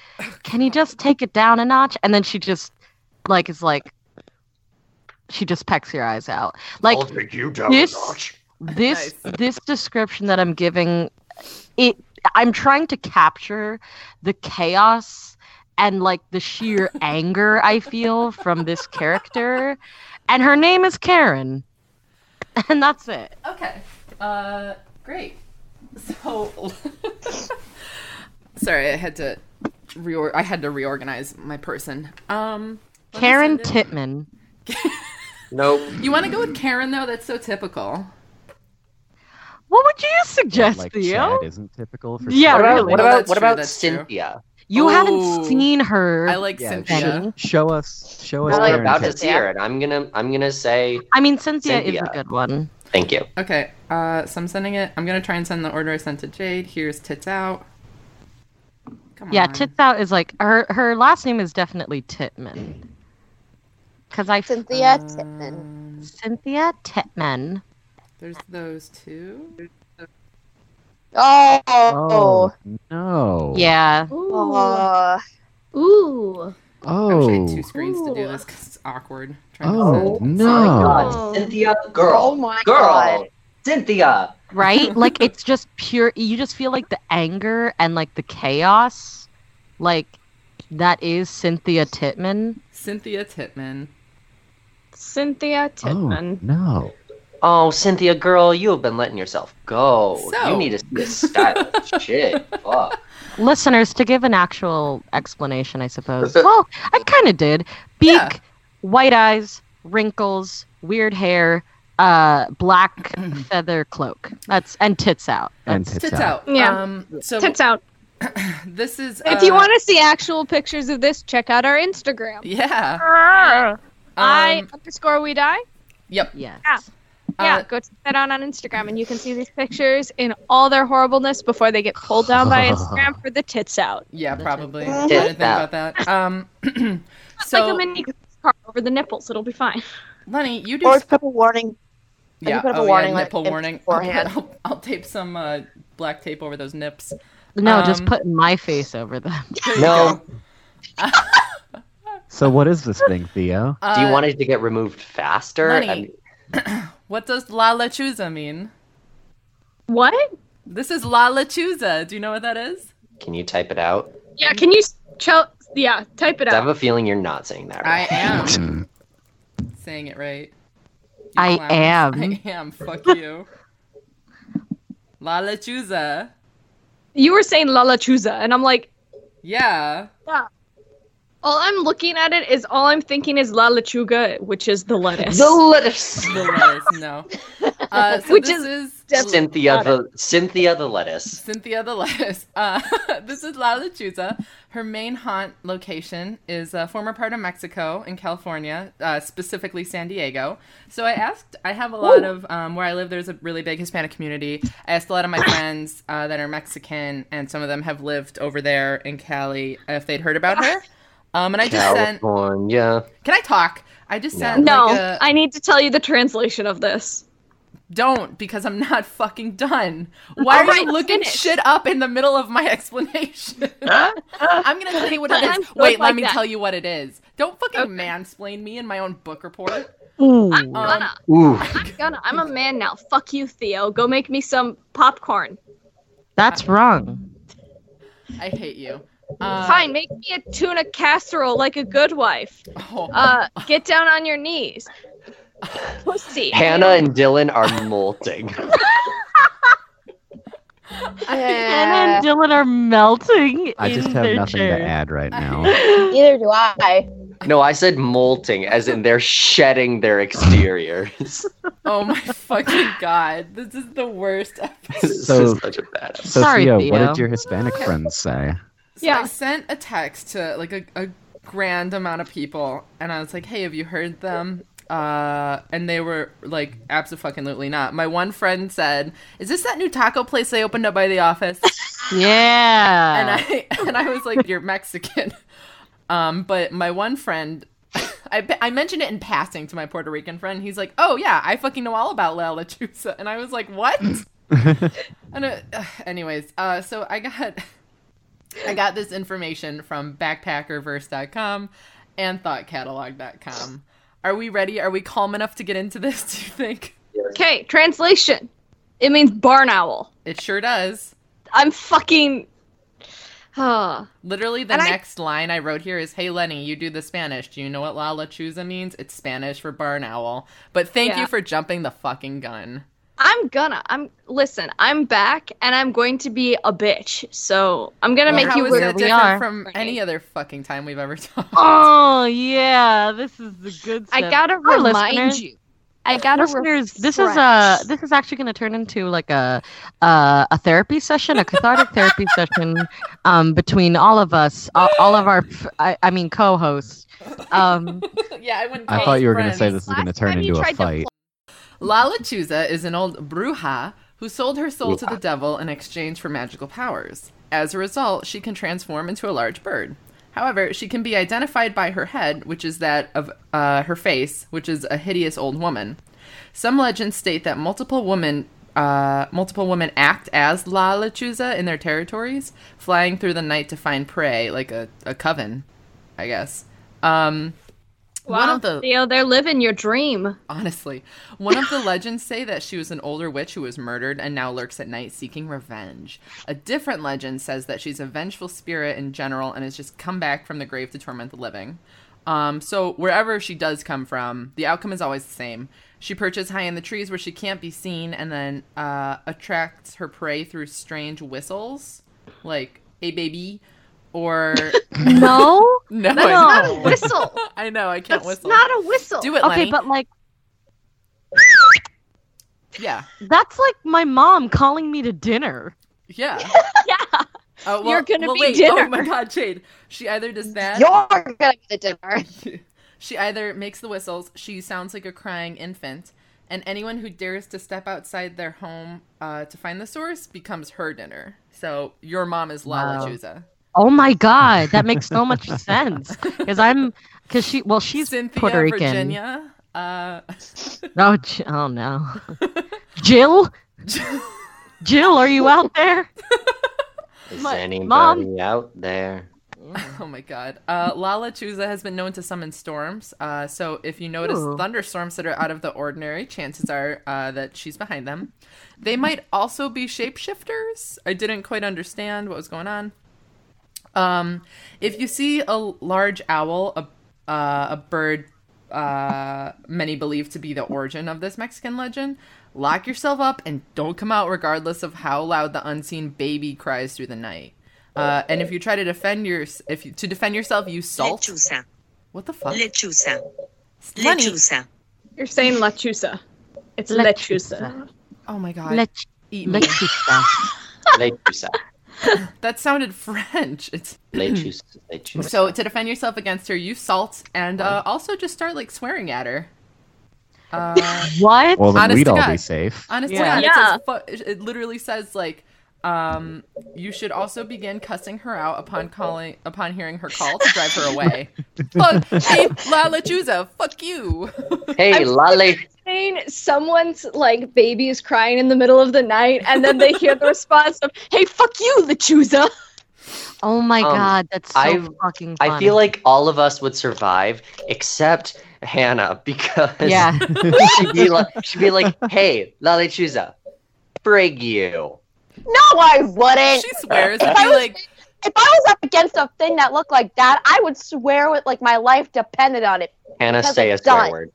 [SPEAKER 4] can you just take it down a notch and then she just like is like she just pecks your eyes out like
[SPEAKER 3] I'll take you down
[SPEAKER 4] this-
[SPEAKER 3] a notch.
[SPEAKER 4] this
[SPEAKER 1] Nice.
[SPEAKER 4] this description that i'm giving it i'm trying to capture the chaos and like the sheer anger i feel from this character and her name is karen and that's it
[SPEAKER 1] okay, uh, great. So, sorry, I had to reor- I had to reorganize my person. Um, let me
[SPEAKER 4] karen
[SPEAKER 1] send it-
[SPEAKER 4] titman
[SPEAKER 3] Nope.
[SPEAKER 1] You want to go with Karen though? That's so typical.
[SPEAKER 4] what would you suggest
[SPEAKER 5] like
[SPEAKER 4] theo
[SPEAKER 5] Chad isn't typical for
[SPEAKER 4] Yeah,
[SPEAKER 3] what about
[SPEAKER 4] really.
[SPEAKER 3] what
[SPEAKER 1] Oh,
[SPEAKER 3] about
[SPEAKER 1] that's
[SPEAKER 3] what
[SPEAKER 1] true,
[SPEAKER 3] about
[SPEAKER 1] that's true.
[SPEAKER 3] Cynthia?
[SPEAKER 4] you
[SPEAKER 1] Ooh.
[SPEAKER 4] haven't seen her
[SPEAKER 1] I like
[SPEAKER 5] Yeah,
[SPEAKER 1] Cynthia.
[SPEAKER 4] Jenny.
[SPEAKER 5] Show us show us
[SPEAKER 6] I like
[SPEAKER 3] We're
[SPEAKER 5] Karen
[SPEAKER 3] about to
[SPEAKER 5] Tit-
[SPEAKER 3] see her, and I'm gonna I'm gonna say
[SPEAKER 4] i mean cynthia, is
[SPEAKER 3] Cynthia.
[SPEAKER 4] a good one
[SPEAKER 3] thank you.
[SPEAKER 1] Okay, uh, so I'm sending it. I'm gonna try and send the order I sent to Jade. Here's tits out. Come
[SPEAKER 4] yeah
[SPEAKER 1] on.
[SPEAKER 4] tits out is like her her last name is definitely titman because i
[SPEAKER 1] uh,
[SPEAKER 6] Cynthia Titman.
[SPEAKER 1] Um,
[SPEAKER 4] Cynthia Titman.
[SPEAKER 1] There's those two.
[SPEAKER 6] Oh,
[SPEAKER 5] Oh no.
[SPEAKER 4] Yeah.
[SPEAKER 6] oh,
[SPEAKER 2] Ooh.
[SPEAKER 6] uh,
[SPEAKER 2] Ooh.
[SPEAKER 1] I wish I had
[SPEAKER 5] Oh.
[SPEAKER 1] two screens to do
[SPEAKER 2] Ooh.
[SPEAKER 1] this because it's awkward. Trying
[SPEAKER 5] Oh
[SPEAKER 1] to
[SPEAKER 5] no.
[SPEAKER 2] Oh.
[SPEAKER 3] Cynthia,
[SPEAKER 6] oh my god.
[SPEAKER 3] Cynthia.
[SPEAKER 4] Right? like it's just pure you just feel like the anger and like the chaos. Like that is Cynthia Titman.
[SPEAKER 1] send. Cynthia Titman.
[SPEAKER 2] Cynthia
[SPEAKER 5] Oh
[SPEAKER 2] Titman.
[SPEAKER 5] no.
[SPEAKER 3] Oh, Cynthia, girl, you have been letting yourself go.
[SPEAKER 1] So-
[SPEAKER 3] You need to see this style shit. Fuck.
[SPEAKER 4] Listeners, to give an actual explanation, I suppose. Well, I kinda did. Beak,
[SPEAKER 1] Yeah.
[SPEAKER 4] white eyes, wrinkles, weird hair, uh black feather cloak. That's and tits out.
[SPEAKER 5] And
[SPEAKER 4] That's-
[SPEAKER 5] tits,
[SPEAKER 1] Tits
[SPEAKER 5] out.
[SPEAKER 1] out.
[SPEAKER 2] Yeah.
[SPEAKER 1] Um, so
[SPEAKER 2] Tits out.
[SPEAKER 1] this is.
[SPEAKER 2] If you
[SPEAKER 1] uh,
[SPEAKER 2] want to see actual pictures of this, check out our Instagram.
[SPEAKER 1] Yeah.
[SPEAKER 2] I
[SPEAKER 1] Um,
[SPEAKER 2] Uh, underscore we die.
[SPEAKER 1] Yep.
[SPEAKER 4] yeah.
[SPEAKER 2] Yeah,
[SPEAKER 1] Uh,
[SPEAKER 2] go check that out on Instagram, and you can see these pictures in all their horribleness before they get pulled down by Instagram for the tits out.
[SPEAKER 1] yeah.
[SPEAKER 4] That's it.
[SPEAKER 1] Probably.
[SPEAKER 6] Mhm.
[SPEAKER 1] Didn't think
[SPEAKER 3] Yeah.
[SPEAKER 1] about that. Um.
[SPEAKER 2] It's
[SPEAKER 1] so
[SPEAKER 2] like a mini car over the nipples. It'll be fine.
[SPEAKER 1] Lenny, you do.
[SPEAKER 6] Or put up a warning. I
[SPEAKER 1] yeah.
[SPEAKER 6] can put up a
[SPEAKER 1] oh,
[SPEAKER 6] warning,
[SPEAKER 1] yeah.
[SPEAKER 6] like,
[SPEAKER 1] Nipple
[SPEAKER 6] if-
[SPEAKER 1] warning. I'll, put-
[SPEAKER 6] beforehand.
[SPEAKER 1] I'll, I'll tape some uh, black tape over those nips.
[SPEAKER 4] No, just
[SPEAKER 1] Um,
[SPEAKER 4] put my face over them.
[SPEAKER 1] There you
[SPEAKER 3] No.
[SPEAKER 1] go.
[SPEAKER 5] So what is this thing, Theo?
[SPEAKER 3] Do you
[SPEAKER 1] Uh,
[SPEAKER 3] want it to get removed faster?
[SPEAKER 1] Lenny.
[SPEAKER 3] I mean,
[SPEAKER 1] What does La Lechuza mean?
[SPEAKER 2] What?
[SPEAKER 1] This is La Lechuza. Do you know what that is?
[SPEAKER 3] can you type it out?
[SPEAKER 2] Yeah, can you tell? Yeah, type it
[SPEAKER 3] 'Cause I have
[SPEAKER 2] out.
[SPEAKER 3] a feeling you're not saying that
[SPEAKER 1] I
[SPEAKER 3] right.
[SPEAKER 1] am
[SPEAKER 5] Hmm,
[SPEAKER 1] saying it right. You
[SPEAKER 4] I
[SPEAKER 1] clowns.
[SPEAKER 4] am.
[SPEAKER 1] I am. Fuck you. La Lechuza.
[SPEAKER 2] You were saying Lala Chuza, and I'm like,
[SPEAKER 1] Yeah.
[SPEAKER 2] all I'm looking at it is all I'm thinking is La Lechuga, which is the lettuce.
[SPEAKER 3] The lettuce.
[SPEAKER 1] The lettuce. No. Uh, so
[SPEAKER 2] Which
[SPEAKER 1] this
[SPEAKER 2] is
[SPEAKER 1] is,
[SPEAKER 2] Definitely
[SPEAKER 3] Cynthia
[SPEAKER 2] not
[SPEAKER 3] the Cynthia the lettuce.
[SPEAKER 1] Cynthia the lettuce. Uh, this is La Lechuza. Her main haunt location is a former part of Mexico in California, uh, specifically San Diego. So I asked. I have a lot of um, where I live. There's a really big Hispanic community. I asked a lot of my friends uh, that are Mexican, and some of them have lived over there in Cali if they'd heard about her. Um, and I just sent.
[SPEAKER 3] California.
[SPEAKER 1] Can I talk? I just sent.
[SPEAKER 2] No,
[SPEAKER 1] like a-
[SPEAKER 2] I need to tell you the translation of this.
[SPEAKER 1] Don't, because I'm not fucking done. Why
[SPEAKER 2] All
[SPEAKER 1] are
[SPEAKER 2] right,
[SPEAKER 1] you looking
[SPEAKER 2] finish.
[SPEAKER 1] shit up in the middle of my explanation? I'm gonna tell you what it
[SPEAKER 2] I'm
[SPEAKER 1] is.
[SPEAKER 2] so
[SPEAKER 1] Wait, let
[SPEAKER 2] like
[SPEAKER 1] me
[SPEAKER 2] that.
[SPEAKER 1] tell you what it is. Don't fucking
[SPEAKER 2] Okay.
[SPEAKER 1] mansplain me in my own book report.
[SPEAKER 4] Ooh.
[SPEAKER 1] Um,
[SPEAKER 2] Gonna,
[SPEAKER 5] Ooh,
[SPEAKER 2] I'm gonna. I'm a man now. Fuck you, Theo. Go make me some popcorn.
[SPEAKER 4] That's wrong.
[SPEAKER 1] I hate you. Uh,
[SPEAKER 2] Fine, make me a tuna casserole like a good wife.
[SPEAKER 1] oh,
[SPEAKER 2] Uh, get down on your knees. Pussy.
[SPEAKER 3] Hannah and Dylan are molting.
[SPEAKER 2] Uh,
[SPEAKER 4] Hannah and Dylan are melting.
[SPEAKER 5] I
[SPEAKER 4] in
[SPEAKER 5] just have
[SPEAKER 4] their
[SPEAKER 5] nothing to
[SPEAKER 4] chairs.
[SPEAKER 5] add right now.
[SPEAKER 6] Neither do I.
[SPEAKER 3] No, I said molting, as in they're shedding their exteriors.
[SPEAKER 1] oh my fucking god. This is the worst episode.
[SPEAKER 3] this
[SPEAKER 5] So-
[SPEAKER 3] is such a bad episode.
[SPEAKER 5] So,
[SPEAKER 4] Sorry,
[SPEAKER 5] Theo, what
[SPEAKER 4] Theo.
[SPEAKER 5] did your Hispanic friends say?
[SPEAKER 1] So I
[SPEAKER 2] Yeah.
[SPEAKER 1] sent a text to like a, a grand amount of people, and I was like, "Hey, have you heard them?" Uh, and they were like, "Absolutely not." My one friend said, "Is this that new taco place they opened up by the office?"
[SPEAKER 4] Yeah.
[SPEAKER 1] and
[SPEAKER 4] Uh.
[SPEAKER 1] I and I was like, "You're Mexican." Um, but my one friend, I I mentioned it in passing to my Puerto Rican friend. He's like, "Oh yeah, I fucking know all about La Lechuza," and I was like, "What?" and uh, ugh, anyways, uh, so I got I got this information from BackpackerVerse.com and ThoughtCatalog.com. Are we ready? Are we calm enough to get into this? Do you think?
[SPEAKER 2] Okay, translation. It means barn owl.
[SPEAKER 1] It sure does.
[SPEAKER 2] I'm fucking. Uh,
[SPEAKER 1] Literally, the
[SPEAKER 2] And I-
[SPEAKER 1] next line I wrote here is, "Hey Lenny, you do the Spanish. Do you know what La Lechuza means? It's Spanish for barn owl." But thank
[SPEAKER 2] Yeah.
[SPEAKER 1] you for jumping the fucking gun.
[SPEAKER 2] I'm gonna. I'm listen. I'm back, and I'm going to be a bitch. So I'm gonna
[SPEAKER 1] Well,
[SPEAKER 2] make
[SPEAKER 1] how
[SPEAKER 2] you
[SPEAKER 1] is
[SPEAKER 2] weird.
[SPEAKER 1] that
[SPEAKER 4] we
[SPEAKER 1] different
[SPEAKER 4] are.
[SPEAKER 1] from
[SPEAKER 2] Right.
[SPEAKER 1] any other fucking time we've ever talked?
[SPEAKER 4] oh yeah, this is the good stuff.
[SPEAKER 2] I gotta
[SPEAKER 4] Our
[SPEAKER 2] remind
[SPEAKER 4] listeners-
[SPEAKER 2] you. I gotta
[SPEAKER 4] listeners. This is uh
[SPEAKER 2] refresh.
[SPEAKER 4] this is actually going to turn into like a uh, a therapy session, a cathartic therapy session um between all of us, all, all of our f- I, I mean co-hosts. Um
[SPEAKER 1] yeah, I wouldn't.
[SPEAKER 5] I
[SPEAKER 1] call
[SPEAKER 5] thought
[SPEAKER 1] us
[SPEAKER 5] you were going to say
[SPEAKER 1] friends.
[SPEAKER 5] this is going to
[SPEAKER 2] Last
[SPEAKER 5] turn
[SPEAKER 2] time you
[SPEAKER 5] into a
[SPEAKER 2] tried to
[SPEAKER 5] fight.
[SPEAKER 1] La Lechuza is an old bruja who sold her soul to the devil in exchange for magical powers. As a result, she can transform into a large bird. However, she can be identified by her head, which is that of uh, her face, which is a hideous old woman. Some legends state that multiple women, uh, multiple women act as La Lechuza in their territories, flying through the night to find prey, like a, a coven, I guess. Um, one
[SPEAKER 2] Wow,
[SPEAKER 1] of the-
[SPEAKER 2] Theo, they're living your dream.
[SPEAKER 1] Honestly, one of the legends say that she was an older witch who was murdered and now lurks at night seeking revenge. A different legend says that she's a vengeful spirit in general and has just come back from the grave to torment the living. Um, so wherever she does come from, the outcome is always the same. She perches high in the trees where she can't be seen, and then uh, attracts her prey through strange whistles, like "Hey baby," or
[SPEAKER 4] no.
[SPEAKER 1] "No."
[SPEAKER 4] That's
[SPEAKER 1] I
[SPEAKER 4] not
[SPEAKER 1] know.
[SPEAKER 4] a
[SPEAKER 2] Whistle.
[SPEAKER 1] I know I can't
[SPEAKER 2] That's
[SPEAKER 1] whistle.
[SPEAKER 2] not a whistle.
[SPEAKER 1] Do it,
[SPEAKER 4] Okay,
[SPEAKER 1] Lenny.
[SPEAKER 4] but like
[SPEAKER 1] yeah,
[SPEAKER 4] that's like my mom calling me to dinner.
[SPEAKER 1] yeah.
[SPEAKER 2] Yeah.
[SPEAKER 1] Oh,
[SPEAKER 2] You're gonna be
[SPEAKER 1] Oh
[SPEAKER 2] dinner.
[SPEAKER 1] my god, Jade. She either does that.
[SPEAKER 6] You're gonna be the dinner.
[SPEAKER 1] She either makes the whistles. She sounds like a crying infant, and anyone who dares to step outside their home uh, to find the source becomes her dinner. So your mom is Lala
[SPEAKER 4] Wow.
[SPEAKER 1] Chusa.
[SPEAKER 4] Oh my god, that makes so much sense. Because I'm because she well she's
[SPEAKER 1] Cynthia,
[SPEAKER 4] Puerto Rican.
[SPEAKER 1] Virginia. Uh,
[SPEAKER 4] Oh, J- oh no, Jill, Jill, are you out there?
[SPEAKER 3] Is
[SPEAKER 4] My-
[SPEAKER 3] anybody
[SPEAKER 4] Mom?
[SPEAKER 3] out there?
[SPEAKER 1] oh my god. Uh, Lala Chusa has been known to summon storms. Uh, so if you notice
[SPEAKER 4] Ooh.
[SPEAKER 1] thunderstorms that are out of the ordinary, chances are uh, that she's behind them. They might also be shapeshifters. I didn't quite understand what was going on. Um, if you see a large owl, a, uh, a bird uh, many believe to be the origin of this Mexican legend, lock yourself up and don't come out, regardless of how loud the unseen baby cries through the night. Uh, and if you try to defend your, if you, to defend yourself, use salt.
[SPEAKER 7] Lechuza.
[SPEAKER 1] What the fuck?
[SPEAKER 7] Lechuza.
[SPEAKER 1] Lenny.
[SPEAKER 7] Lechuza.
[SPEAKER 2] You're saying lechusa. It's lechusa.
[SPEAKER 1] Oh my god.
[SPEAKER 4] Let
[SPEAKER 1] Eat me.
[SPEAKER 4] let you stop.
[SPEAKER 3] Lechuza.
[SPEAKER 1] That sounded French. It's
[SPEAKER 3] Lechuza. Lechuza.
[SPEAKER 1] so to defend yourself against her, use salt and uh, also just start like swearing at her. Uh,
[SPEAKER 4] What?
[SPEAKER 3] Um,
[SPEAKER 5] Well, then
[SPEAKER 1] Honest
[SPEAKER 5] we'd
[SPEAKER 1] to
[SPEAKER 5] all
[SPEAKER 1] God.
[SPEAKER 5] be safe.
[SPEAKER 1] Honestly,
[SPEAKER 4] Yeah.
[SPEAKER 1] God,
[SPEAKER 2] Yeah.
[SPEAKER 1] It, says, fu- it literally says like, um, you should also begin cussing her out upon calling upon hearing her call to drive her away. fuck, hey, La Lechuza, fuck you.
[SPEAKER 3] Hey, Lale.
[SPEAKER 2] train, someone's like baby is crying in the middle of the night, and then they hear the response of "Hey, fuck you, Lechuza."
[SPEAKER 4] Oh my
[SPEAKER 3] Um,
[SPEAKER 4] god, that's so
[SPEAKER 3] I've-
[SPEAKER 4] fucking. Funny.
[SPEAKER 3] I feel like all of us would survive except Hannah because
[SPEAKER 4] Yeah.
[SPEAKER 3] she'd be like, she'd be like, "Hey, Lalichuza, frig you."
[SPEAKER 6] No, I wouldn't.
[SPEAKER 1] She swears and
[SPEAKER 6] I
[SPEAKER 1] be
[SPEAKER 6] was-
[SPEAKER 1] like,
[SPEAKER 6] If I was up against a thing that looked like that, I would swear with like my life depended on it.
[SPEAKER 3] Hannah,
[SPEAKER 6] Because
[SPEAKER 3] say a
[SPEAKER 6] it's
[SPEAKER 3] swear
[SPEAKER 6] done.
[SPEAKER 3] word.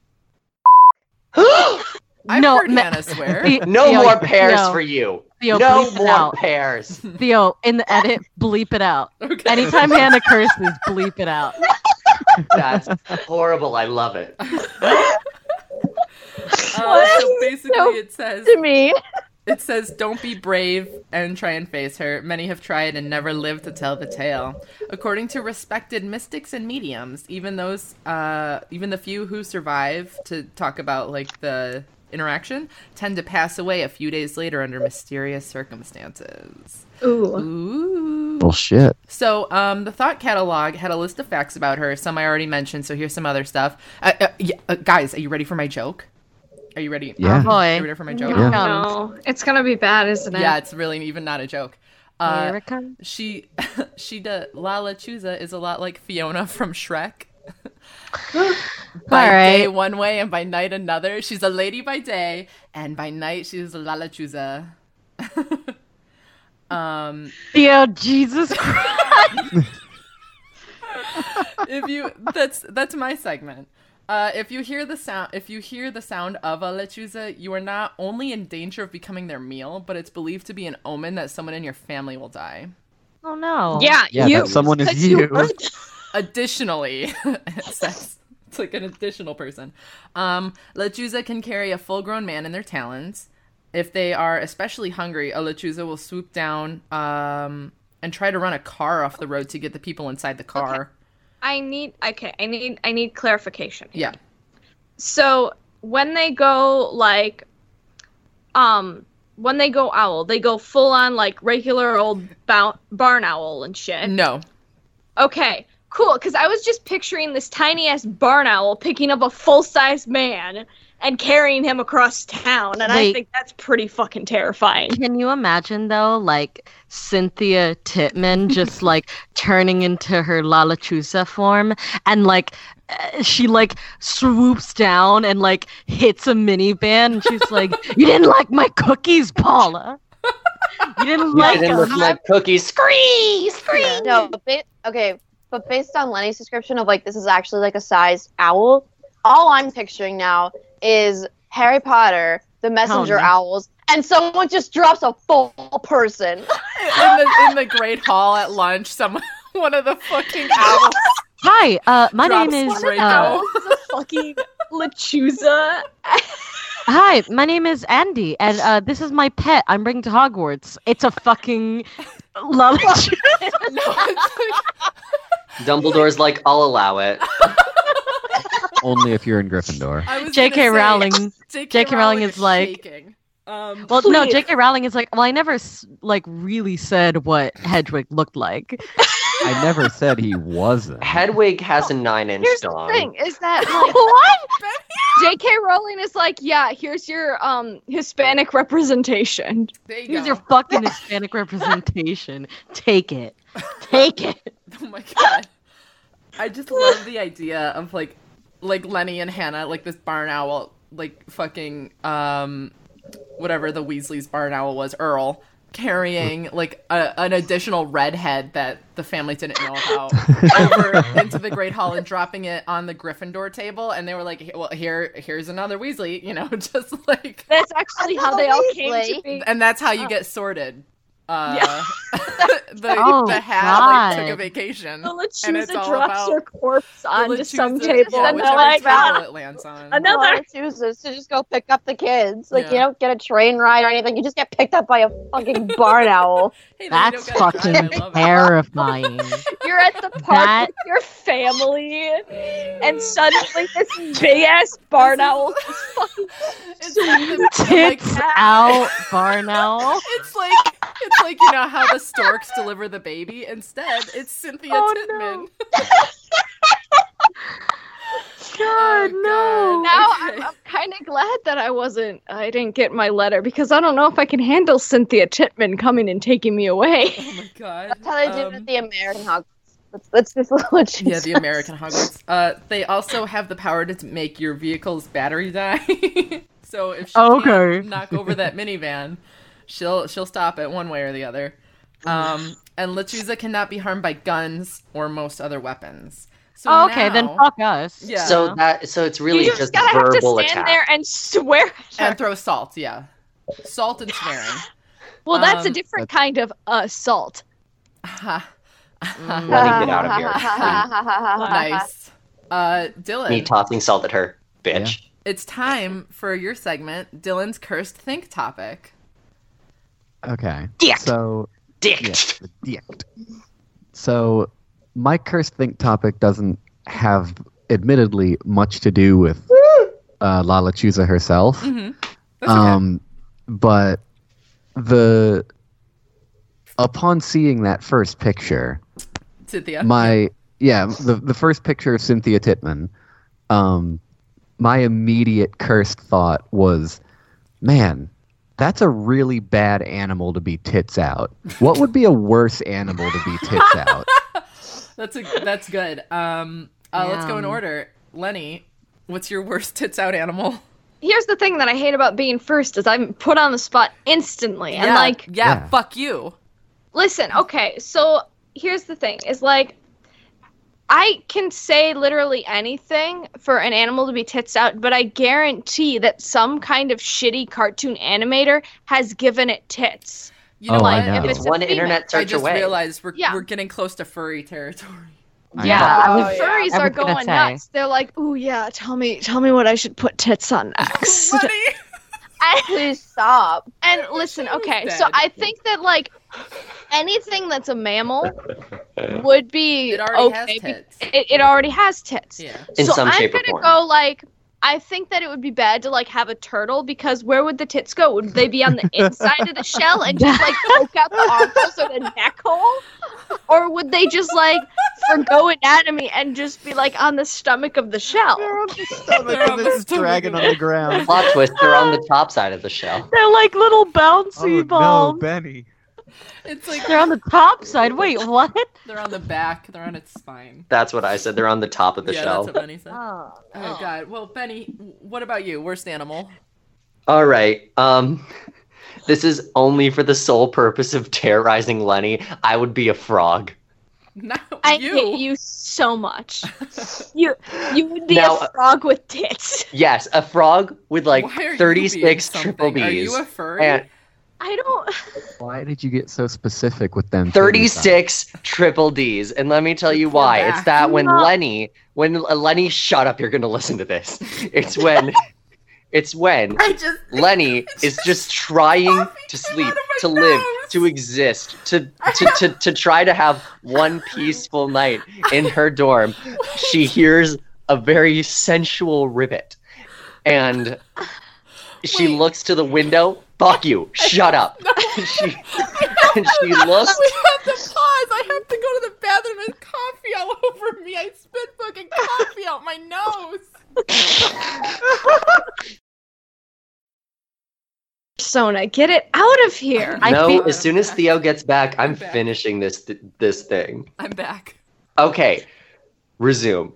[SPEAKER 1] I've
[SPEAKER 4] No,
[SPEAKER 1] heard
[SPEAKER 4] ma-
[SPEAKER 1] Hannah swear.
[SPEAKER 4] The-
[SPEAKER 3] No
[SPEAKER 4] Theo,
[SPEAKER 3] more pears
[SPEAKER 4] no,
[SPEAKER 3] for you.
[SPEAKER 4] Theo,
[SPEAKER 3] no
[SPEAKER 4] bleep it
[SPEAKER 3] more
[SPEAKER 4] out.
[SPEAKER 3] pears.
[SPEAKER 4] Theo, in the edit, bleep it out.
[SPEAKER 1] Okay.
[SPEAKER 4] Anytime Hannah curses, bleep it out.
[SPEAKER 3] That's horrible. I love it.
[SPEAKER 1] Uh, so basically, it says
[SPEAKER 6] To me,
[SPEAKER 1] It says, "Don't be brave and try and face her. Many have tried and never lived to tell the tale." According to respected mystics and mediums, even those, uh, even the few who survive to talk about like the interaction, tend to pass away a few days later under mysterious circumstances.
[SPEAKER 2] Ooh.
[SPEAKER 1] Ooh.
[SPEAKER 5] Bullshit.
[SPEAKER 1] So, um, the thought catalog had a list of facts about her. Some I already mentioned. So here's some other stuff. Uh, uh, yeah, uh, guys, are you ready for my joke? Are you ready?
[SPEAKER 5] Yeah.
[SPEAKER 4] Oh
[SPEAKER 1] Are you
[SPEAKER 4] boy.
[SPEAKER 1] ready for my joke?
[SPEAKER 4] Yeah.
[SPEAKER 2] No, no, it's gonna be bad, isn't it?
[SPEAKER 1] Yeah, it's really even not a joke. Uh,
[SPEAKER 4] Here it comes.
[SPEAKER 1] she she da Lala Chuza is a lot like Fiona from Shrek. by
[SPEAKER 4] All
[SPEAKER 1] day
[SPEAKER 4] right.
[SPEAKER 1] one way and by night another. She's a lady by day and by night she's a Lala Chuza. um
[SPEAKER 4] Theo, Jesus Christ.
[SPEAKER 1] if you that's that's my segment. Uh, if you hear the sound, if you hear the sound of a lechuza, you are not only in danger of becoming their meal, but it's believed to be an omen that someone in your family will die.
[SPEAKER 4] oh no.
[SPEAKER 2] Yeah,
[SPEAKER 5] Yeah,
[SPEAKER 2] you.
[SPEAKER 5] that someone is
[SPEAKER 2] 'cause
[SPEAKER 5] you.
[SPEAKER 2] heard that.
[SPEAKER 1] Additionally, it says it's like an additional person. Um, lechuza can carry a full-grown man in their talons. If they are especially hungry, a lechuza will swoop down um, and try to run a car off the road to get the people inside the car.
[SPEAKER 2] I need. Okay, I need. I need clarification.
[SPEAKER 1] Yeah,
[SPEAKER 2] here. So when they go like, um, when they go owl, they go full on like regular old bou- barn owl and shit.
[SPEAKER 1] no,
[SPEAKER 2] Okay, cool. Because I was just picturing this tiny ass barn owl picking up a full sized man and carrying him across town, and I
[SPEAKER 4] Wait.
[SPEAKER 2] think that's pretty fucking terrifying.
[SPEAKER 4] Can you imagine though, like Cynthia Titman just like turning into her Lalachusa form and like uh, she like swoops down and like hits a minivan and she's like, "You didn't like my cookies, Paula. You didn't
[SPEAKER 3] Yeah,
[SPEAKER 4] like
[SPEAKER 3] it didn't look
[SPEAKER 4] them."
[SPEAKER 3] like cookies. Scree, scree.
[SPEAKER 6] no. But ba- okay, but based on Lenny's description of like this is actually like a sized owl. All I'm picturing now is Harry Potter, the messenger
[SPEAKER 4] no.
[SPEAKER 6] owls, and someone just drops a full person.
[SPEAKER 1] in the in the great hall at lunch, some one of the fucking owls
[SPEAKER 4] Hi, uh, my
[SPEAKER 1] drops
[SPEAKER 4] name is
[SPEAKER 1] right now.
[SPEAKER 4] uh,
[SPEAKER 2] fucking lechuza.
[SPEAKER 4] Hi, my name is Andy, and uh, this is my pet. I'm bringing to Hogwarts. It's a fucking Lalachusa.
[SPEAKER 1] No, it's
[SPEAKER 3] Dumbledore's like, I'll allow it.
[SPEAKER 5] Only if you're in Gryffindor.
[SPEAKER 1] like- I was
[SPEAKER 4] J.K.
[SPEAKER 1] gonna say,
[SPEAKER 4] Rowling.
[SPEAKER 1] J.K.
[SPEAKER 4] J.K. Rowling is like-
[SPEAKER 1] shaking. Um,
[SPEAKER 4] Well, no,
[SPEAKER 2] Please.
[SPEAKER 4] J.K. Rowling is like, well, I never s- like really said what Hedwig looked like.
[SPEAKER 5] I never said he wasn't.
[SPEAKER 3] Hedwig has a nine-inch
[SPEAKER 6] Here's the
[SPEAKER 3] dong.
[SPEAKER 6] thing: is that like,
[SPEAKER 2] what? J.K. Rowling is like, yeah, here's your um Hispanic representation.
[SPEAKER 1] there you
[SPEAKER 4] Here's
[SPEAKER 1] go.
[SPEAKER 4] your fucking Hispanic representation. Take it, take it.
[SPEAKER 1] Oh my god. I just love the idea of like like Lenny and Hannah, like this barn owl, like fucking um whatever the Weasley's barn owl was, Earl, carrying like a, an additional redhead that the family didn't know about over into the Great Hall and dropping it on the Gryffindor table and they were like, "Well, here here's another Weasley," you know, just like
[SPEAKER 2] That's actually how they all came to
[SPEAKER 6] Weasley.
[SPEAKER 2] be.
[SPEAKER 1] and that's how you get sorted. Uh, the,
[SPEAKER 4] Oh,
[SPEAKER 1] the hat like, took a
[SPEAKER 4] God.
[SPEAKER 1] vacation.
[SPEAKER 2] The
[SPEAKER 1] And it's
[SPEAKER 2] lechuza
[SPEAKER 1] all
[SPEAKER 2] drops
[SPEAKER 1] about-
[SPEAKER 2] her corpse onto
[SPEAKER 1] Let's
[SPEAKER 2] some
[SPEAKER 1] choose
[SPEAKER 2] table,
[SPEAKER 1] the, yeah,
[SPEAKER 2] and
[SPEAKER 1] whichever
[SPEAKER 2] they're like,
[SPEAKER 1] table
[SPEAKER 2] ah,
[SPEAKER 1] it lands on.
[SPEAKER 2] another-
[SPEAKER 6] Another chooses to just go pick up the kids. Like you
[SPEAKER 1] Yeah.
[SPEAKER 6] don't get a train ride or anything. You just get picked up by a fucking barn owl.
[SPEAKER 1] Hey, then you
[SPEAKER 4] That's
[SPEAKER 1] don't gotta
[SPEAKER 4] fucking
[SPEAKER 1] drive, I love it.
[SPEAKER 4] terrifying.
[SPEAKER 2] you're at the park
[SPEAKER 4] That-
[SPEAKER 2] with your family,
[SPEAKER 1] Mm.
[SPEAKER 2] and suddenly this big ass barn owl is fucking
[SPEAKER 1] It's like, the-
[SPEAKER 4] Tits
[SPEAKER 1] like-
[SPEAKER 4] out, barn owl.
[SPEAKER 1] it's like it's like you know how the storks deliver the baby. Instead, it's Cynthia
[SPEAKER 4] Oh,
[SPEAKER 1] Titman. Oh,
[SPEAKER 4] God,
[SPEAKER 1] God.
[SPEAKER 4] no.
[SPEAKER 2] Now
[SPEAKER 1] Okay.
[SPEAKER 2] I'm, I'm kind of glad that I wasn't. I didn't get my letter because I don't know if I can handle Cynthia Chitman coming and taking me away.
[SPEAKER 1] Oh my god.
[SPEAKER 6] That's how they do it
[SPEAKER 1] Um,
[SPEAKER 6] with the American Hogwarts. Let's, let's just let you
[SPEAKER 1] Yeah, the American Hogwarts. Uh, they also have the power to make your vehicle's battery die. so if she
[SPEAKER 4] Oh,
[SPEAKER 1] can't
[SPEAKER 4] okay.
[SPEAKER 1] knock over that minivan, she'll she'll stop it one way or the other. Um, and Lechuza cannot be harmed by guns or most other weapons. So
[SPEAKER 4] Oh, okay, then
[SPEAKER 1] now-
[SPEAKER 4] fuck us.
[SPEAKER 1] Yeah.
[SPEAKER 3] So that so it's really
[SPEAKER 2] you just,
[SPEAKER 3] just,
[SPEAKER 2] gotta have to
[SPEAKER 3] verbal
[SPEAKER 2] stand
[SPEAKER 3] attack.
[SPEAKER 2] there and swear. At her.
[SPEAKER 1] and throw salt. Yeah, salt and swearing.
[SPEAKER 2] Well, that's
[SPEAKER 1] Um,
[SPEAKER 2] a different kind of assault.
[SPEAKER 1] Aha. Aha.
[SPEAKER 3] Let me get out of here.
[SPEAKER 1] nice. Uh, Dylan.
[SPEAKER 3] me tossing salt at her, bitch.
[SPEAKER 1] It's time for your segment, Dylan's cursed think topic.
[SPEAKER 5] Okay.
[SPEAKER 2] Dick.
[SPEAKER 5] So
[SPEAKER 3] Dick.
[SPEAKER 5] yeah, the dick. So my cursed think topic doesn't have, admittedly, much to do with uh, Lala Chusa herself.
[SPEAKER 1] Mm-hmm. That's okay.
[SPEAKER 5] Um, but the upon seeing that first picture,
[SPEAKER 1] Cynthia.
[SPEAKER 5] my yeah the the first picture of Cynthia Titman, um, my immediate cursed thought was, man, that's a really bad animal to be tits out. What would be a worse animal to be tits out?
[SPEAKER 1] That's a that's good. Um, uh, let's go in
[SPEAKER 4] Yeah.
[SPEAKER 1] order. Lenny, what's your worst tits out animal?
[SPEAKER 2] Here's the thing that I hate about being first is I'm put on the spot instantly. And
[SPEAKER 1] yeah,
[SPEAKER 2] like,
[SPEAKER 1] yeah,
[SPEAKER 5] Yeah.
[SPEAKER 1] fuck you.
[SPEAKER 2] listen, okay, so here's the thing is like, I can say literally anything for an animal to be tits out, but I guarantee that some kind of shitty cartoon animator has given it tits.
[SPEAKER 1] You know
[SPEAKER 5] Oh,
[SPEAKER 1] what?
[SPEAKER 5] I
[SPEAKER 2] If
[SPEAKER 5] know.
[SPEAKER 2] it's a
[SPEAKER 3] One
[SPEAKER 2] female-
[SPEAKER 3] internet
[SPEAKER 1] I
[SPEAKER 3] search
[SPEAKER 1] just
[SPEAKER 3] away.
[SPEAKER 1] realized we're
[SPEAKER 2] Yeah.
[SPEAKER 1] we're getting close to furry territory.
[SPEAKER 5] I
[SPEAKER 2] Yeah,
[SPEAKER 6] know.
[SPEAKER 2] the
[SPEAKER 6] Oh, yeah.
[SPEAKER 2] furries
[SPEAKER 4] I
[SPEAKER 2] are
[SPEAKER 4] was gonna
[SPEAKER 2] going
[SPEAKER 4] say.
[SPEAKER 2] nuts. They're like, "Oh yeah, tell me, tell me what I should put tits on next."
[SPEAKER 1] Lenny,
[SPEAKER 6] Please stop.
[SPEAKER 2] And listen, okay,
[SPEAKER 1] was
[SPEAKER 2] so
[SPEAKER 1] dead.
[SPEAKER 2] I think that like anything that's a mammal would be
[SPEAKER 1] it already
[SPEAKER 2] okay. be-
[SPEAKER 1] has tits.
[SPEAKER 2] It, it already has tits.
[SPEAKER 1] Yeah.
[SPEAKER 3] In
[SPEAKER 2] so
[SPEAKER 3] some
[SPEAKER 2] I'm
[SPEAKER 3] shape or
[SPEAKER 2] gonna
[SPEAKER 3] form.
[SPEAKER 2] go like I think that it would be bad to like have a turtle because where would the tits go? Would they be on the inside of the shell and just like poke out the armholes or the neck hole? Or would they just like forgo anatomy and just be like on the stomach of the shell?
[SPEAKER 1] They're on the
[SPEAKER 5] this
[SPEAKER 1] stomach
[SPEAKER 5] dragon
[SPEAKER 1] of
[SPEAKER 5] on the ground.
[SPEAKER 3] Plot twist, they're on the top side of the shell.
[SPEAKER 4] They're like little bouncy
[SPEAKER 5] Oh, no,
[SPEAKER 4] balls.
[SPEAKER 5] Benny.
[SPEAKER 1] It's like
[SPEAKER 4] They're on the top side. Wait, what?
[SPEAKER 1] they're on the back. They're on its spine.
[SPEAKER 3] That's what I said. They're on the top of the
[SPEAKER 1] yeah,
[SPEAKER 3] shell.
[SPEAKER 1] that's what Lenny said. Oh,
[SPEAKER 4] Oh,
[SPEAKER 1] God. Well, Benny, what about you? Worst animal?
[SPEAKER 3] All right. Um this is only for the sole purpose of terrorizing Lenny. I would be a frog.
[SPEAKER 1] Not
[SPEAKER 2] I
[SPEAKER 1] you.
[SPEAKER 2] hate you so much. you you would be
[SPEAKER 3] Now, uh,
[SPEAKER 2] a frog with tits.
[SPEAKER 3] Yes, a frog with like
[SPEAKER 1] Why are you
[SPEAKER 3] 36
[SPEAKER 1] being
[SPEAKER 3] triple
[SPEAKER 1] something?
[SPEAKER 3] Bs.
[SPEAKER 1] Are you a furry?
[SPEAKER 3] and
[SPEAKER 2] I don't.
[SPEAKER 5] Why did you get so specific with them?
[SPEAKER 3] 36 triple Ds. And let me tell you
[SPEAKER 1] Poor
[SPEAKER 3] why.
[SPEAKER 1] back.
[SPEAKER 3] It's that when
[SPEAKER 2] No.
[SPEAKER 3] Lenny, when uh, Lenny, shut up, you're going to listen to this. It's when, it's when
[SPEAKER 1] I just
[SPEAKER 3] Lenny is just trying
[SPEAKER 1] Coffee
[SPEAKER 3] to
[SPEAKER 1] came
[SPEAKER 3] sleep,
[SPEAKER 1] out of my
[SPEAKER 3] to live,
[SPEAKER 1] nose.
[SPEAKER 3] to exist, to, to, to, to try to have one peaceful night in her dorm. She hears a very sensual rivet and she
[SPEAKER 1] Wait.
[SPEAKER 3] looks to the window. Fuck you. Shut up. she, and she looks.
[SPEAKER 1] We have to pause. I have to go to the bathroom. There's coffee all over me. I spit fucking coffee out my nose.
[SPEAKER 2] Persona, get it out of here.
[SPEAKER 4] I
[SPEAKER 3] no,
[SPEAKER 4] think-
[SPEAKER 3] as soon as Theo gets back, I'm
[SPEAKER 1] I'm back.
[SPEAKER 3] finishing this th- this thing.
[SPEAKER 1] I'm back.
[SPEAKER 3] Okay, resume.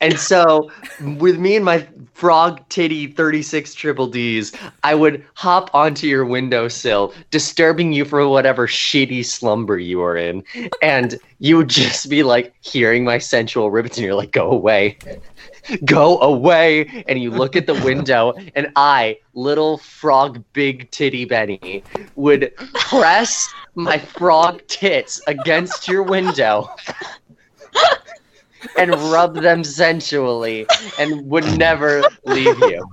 [SPEAKER 3] And so, with me and my frog titty 36 triple Ds, I would hop onto your windowsill, disturbing you for whatever shitty slumber you were in. And you would just be like hearing my sensual ribbons, and you're like, go away, go away. And you look at the window, and I, little frog big titty Benny, would press my frog tits against your window and rub them sensually and would never leave you.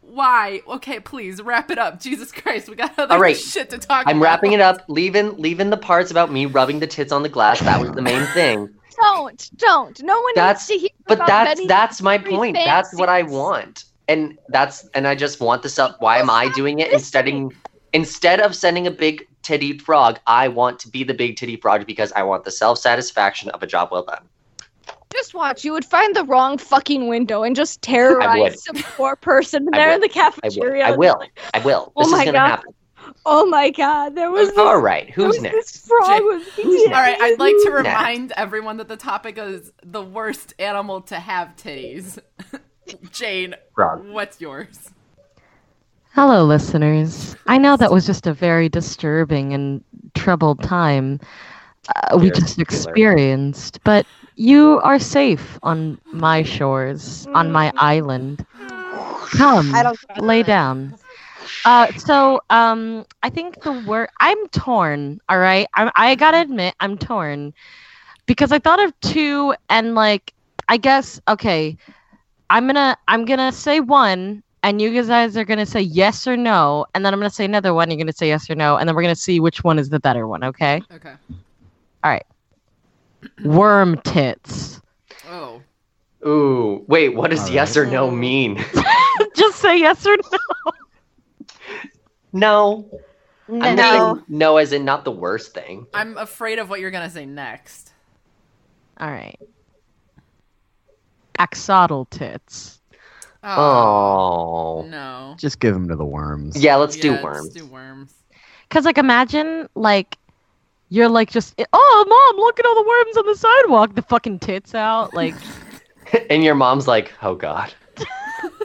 [SPEAKER 1] Why? Okay, please wrap it up. Jesus Christ, we got other
[SPEAKER 3] All right.
[SPEAKER 1] shit to talk about.
[SPEAKER 3] I'm wrapping it up, leaving leaving the parts about me rubbing the tits on the glass. That was the main thing.
[SPEAKER 2] Don't, don't. No one
[SPEAKER 3] That's-
[SPEAKER 2] needs to hear
[SPEAKER 3] But
[SPEAKER 2] about
[SPEAKER 3] that's
[SPEAKER 2] Benny.
[SPEAKER 3] that's my
[SPEAKER 2] Very
[SPEAKER 3] point. That's what I
[SPEAKER 2] fancies.
[SPEAKER 3] want. And that's and I just want this up. Why am I doing it instead of, instead of sending a big titty frog? I want to be the big titty frog because I want the self satisfaction of a job well done.
[SPEAKER 2] Just Watch, you would find the wrong fucking window and just terrorize some poor person
[SPEAKER 3] I
[SPEAKER 2] there in the
[SPEAKER 3] I will.
[SPEAKER 2] cafeteria.
[SPEAKER 3] I will. I will.
[SPEAKER 2] Oh
[SPEAKER 3] this is
[SPEAKER 2] my
[SPEAKER 3] gonna
[SPEAKER 2] God.
[SPEAKER 3] happen.
[SPEAKER 2] Oh my god, there was
[SPEAKER 3] All
[SPEAKER 2] this,
[SPEAKER 3] right.
[SPEAKER 2] there
[SPEAKER 3] Who's
[SPEAKER 2] was
[SPEAKER 3] next?
[SPEAKER 2] This frog
[SPEAKER 1] Jay-
[SPEAKER 2] with
[SPEAKER 3] Who's
[SPEAKER 1] All right, I'd like to remind everyone that the topic is the worst animal to have titties. Jane,
[SPEAKER 3] Frog.
[SPEAKER 1] what's yours?
[SPEAKER 4] Hello, listeners. I know that was just a very disturbing and troubled time uh, we
[SPEAKER 3] Very
[SPEAKER 4] just
[SPEAKER 3] particular.
[SPEAKER 4] experienced, but you are safe on my shores, on my island. Come,
[SPEAKER 6] Mm. I don't.
[SPEAKER 4] lay down. Uh, so, um, I think the word I'm torn. All right, I, I gotta admit I'm torn because I thought of two and like I guess okay, I'm gonna I'm gonna say one and you guys are gonna say yes or no, and then I'm gonna say another one. You're gonna say yes or no, and then we're gonna see which one is the better one. Okay,
[SPEAKER 1] Okay.
[SPEAKER 4] worm tits.
[SPEAKER 1] Oh.
[SPEAKER 3] Ooh. Wait. What does
[SPEAKER 5] All right.
[SPEAKER 3] yes or no mean?
[SPEAKER 4] Just say yes or no.
[SPEAKER 3] no. I'm
[SPEAKER 6] No.
[SPEAKER 3] saying no, as in not the worst thing.
[SPEAKER 1] I'm afraid of what you're going to say next.
[SPEAKER 4] All right, axodal tits.
[SPEAKER 3] Oh.
[SPEAKER 1] No.
[SPEAKER 5] Just give them to the worms.
[SPEAKER 3] Yeah. Let's
[SPEAKER 1] Yeah,
[SPEAKER 3] do worms.
[SPEAKER 1] Let's do worms.
[SPEAKER 4] Cause like imagine like you're like just oh mom look at all the worms on the sidewalk the fucking tits out like
[SPEAKER 3] and your mom's like, "Oh God."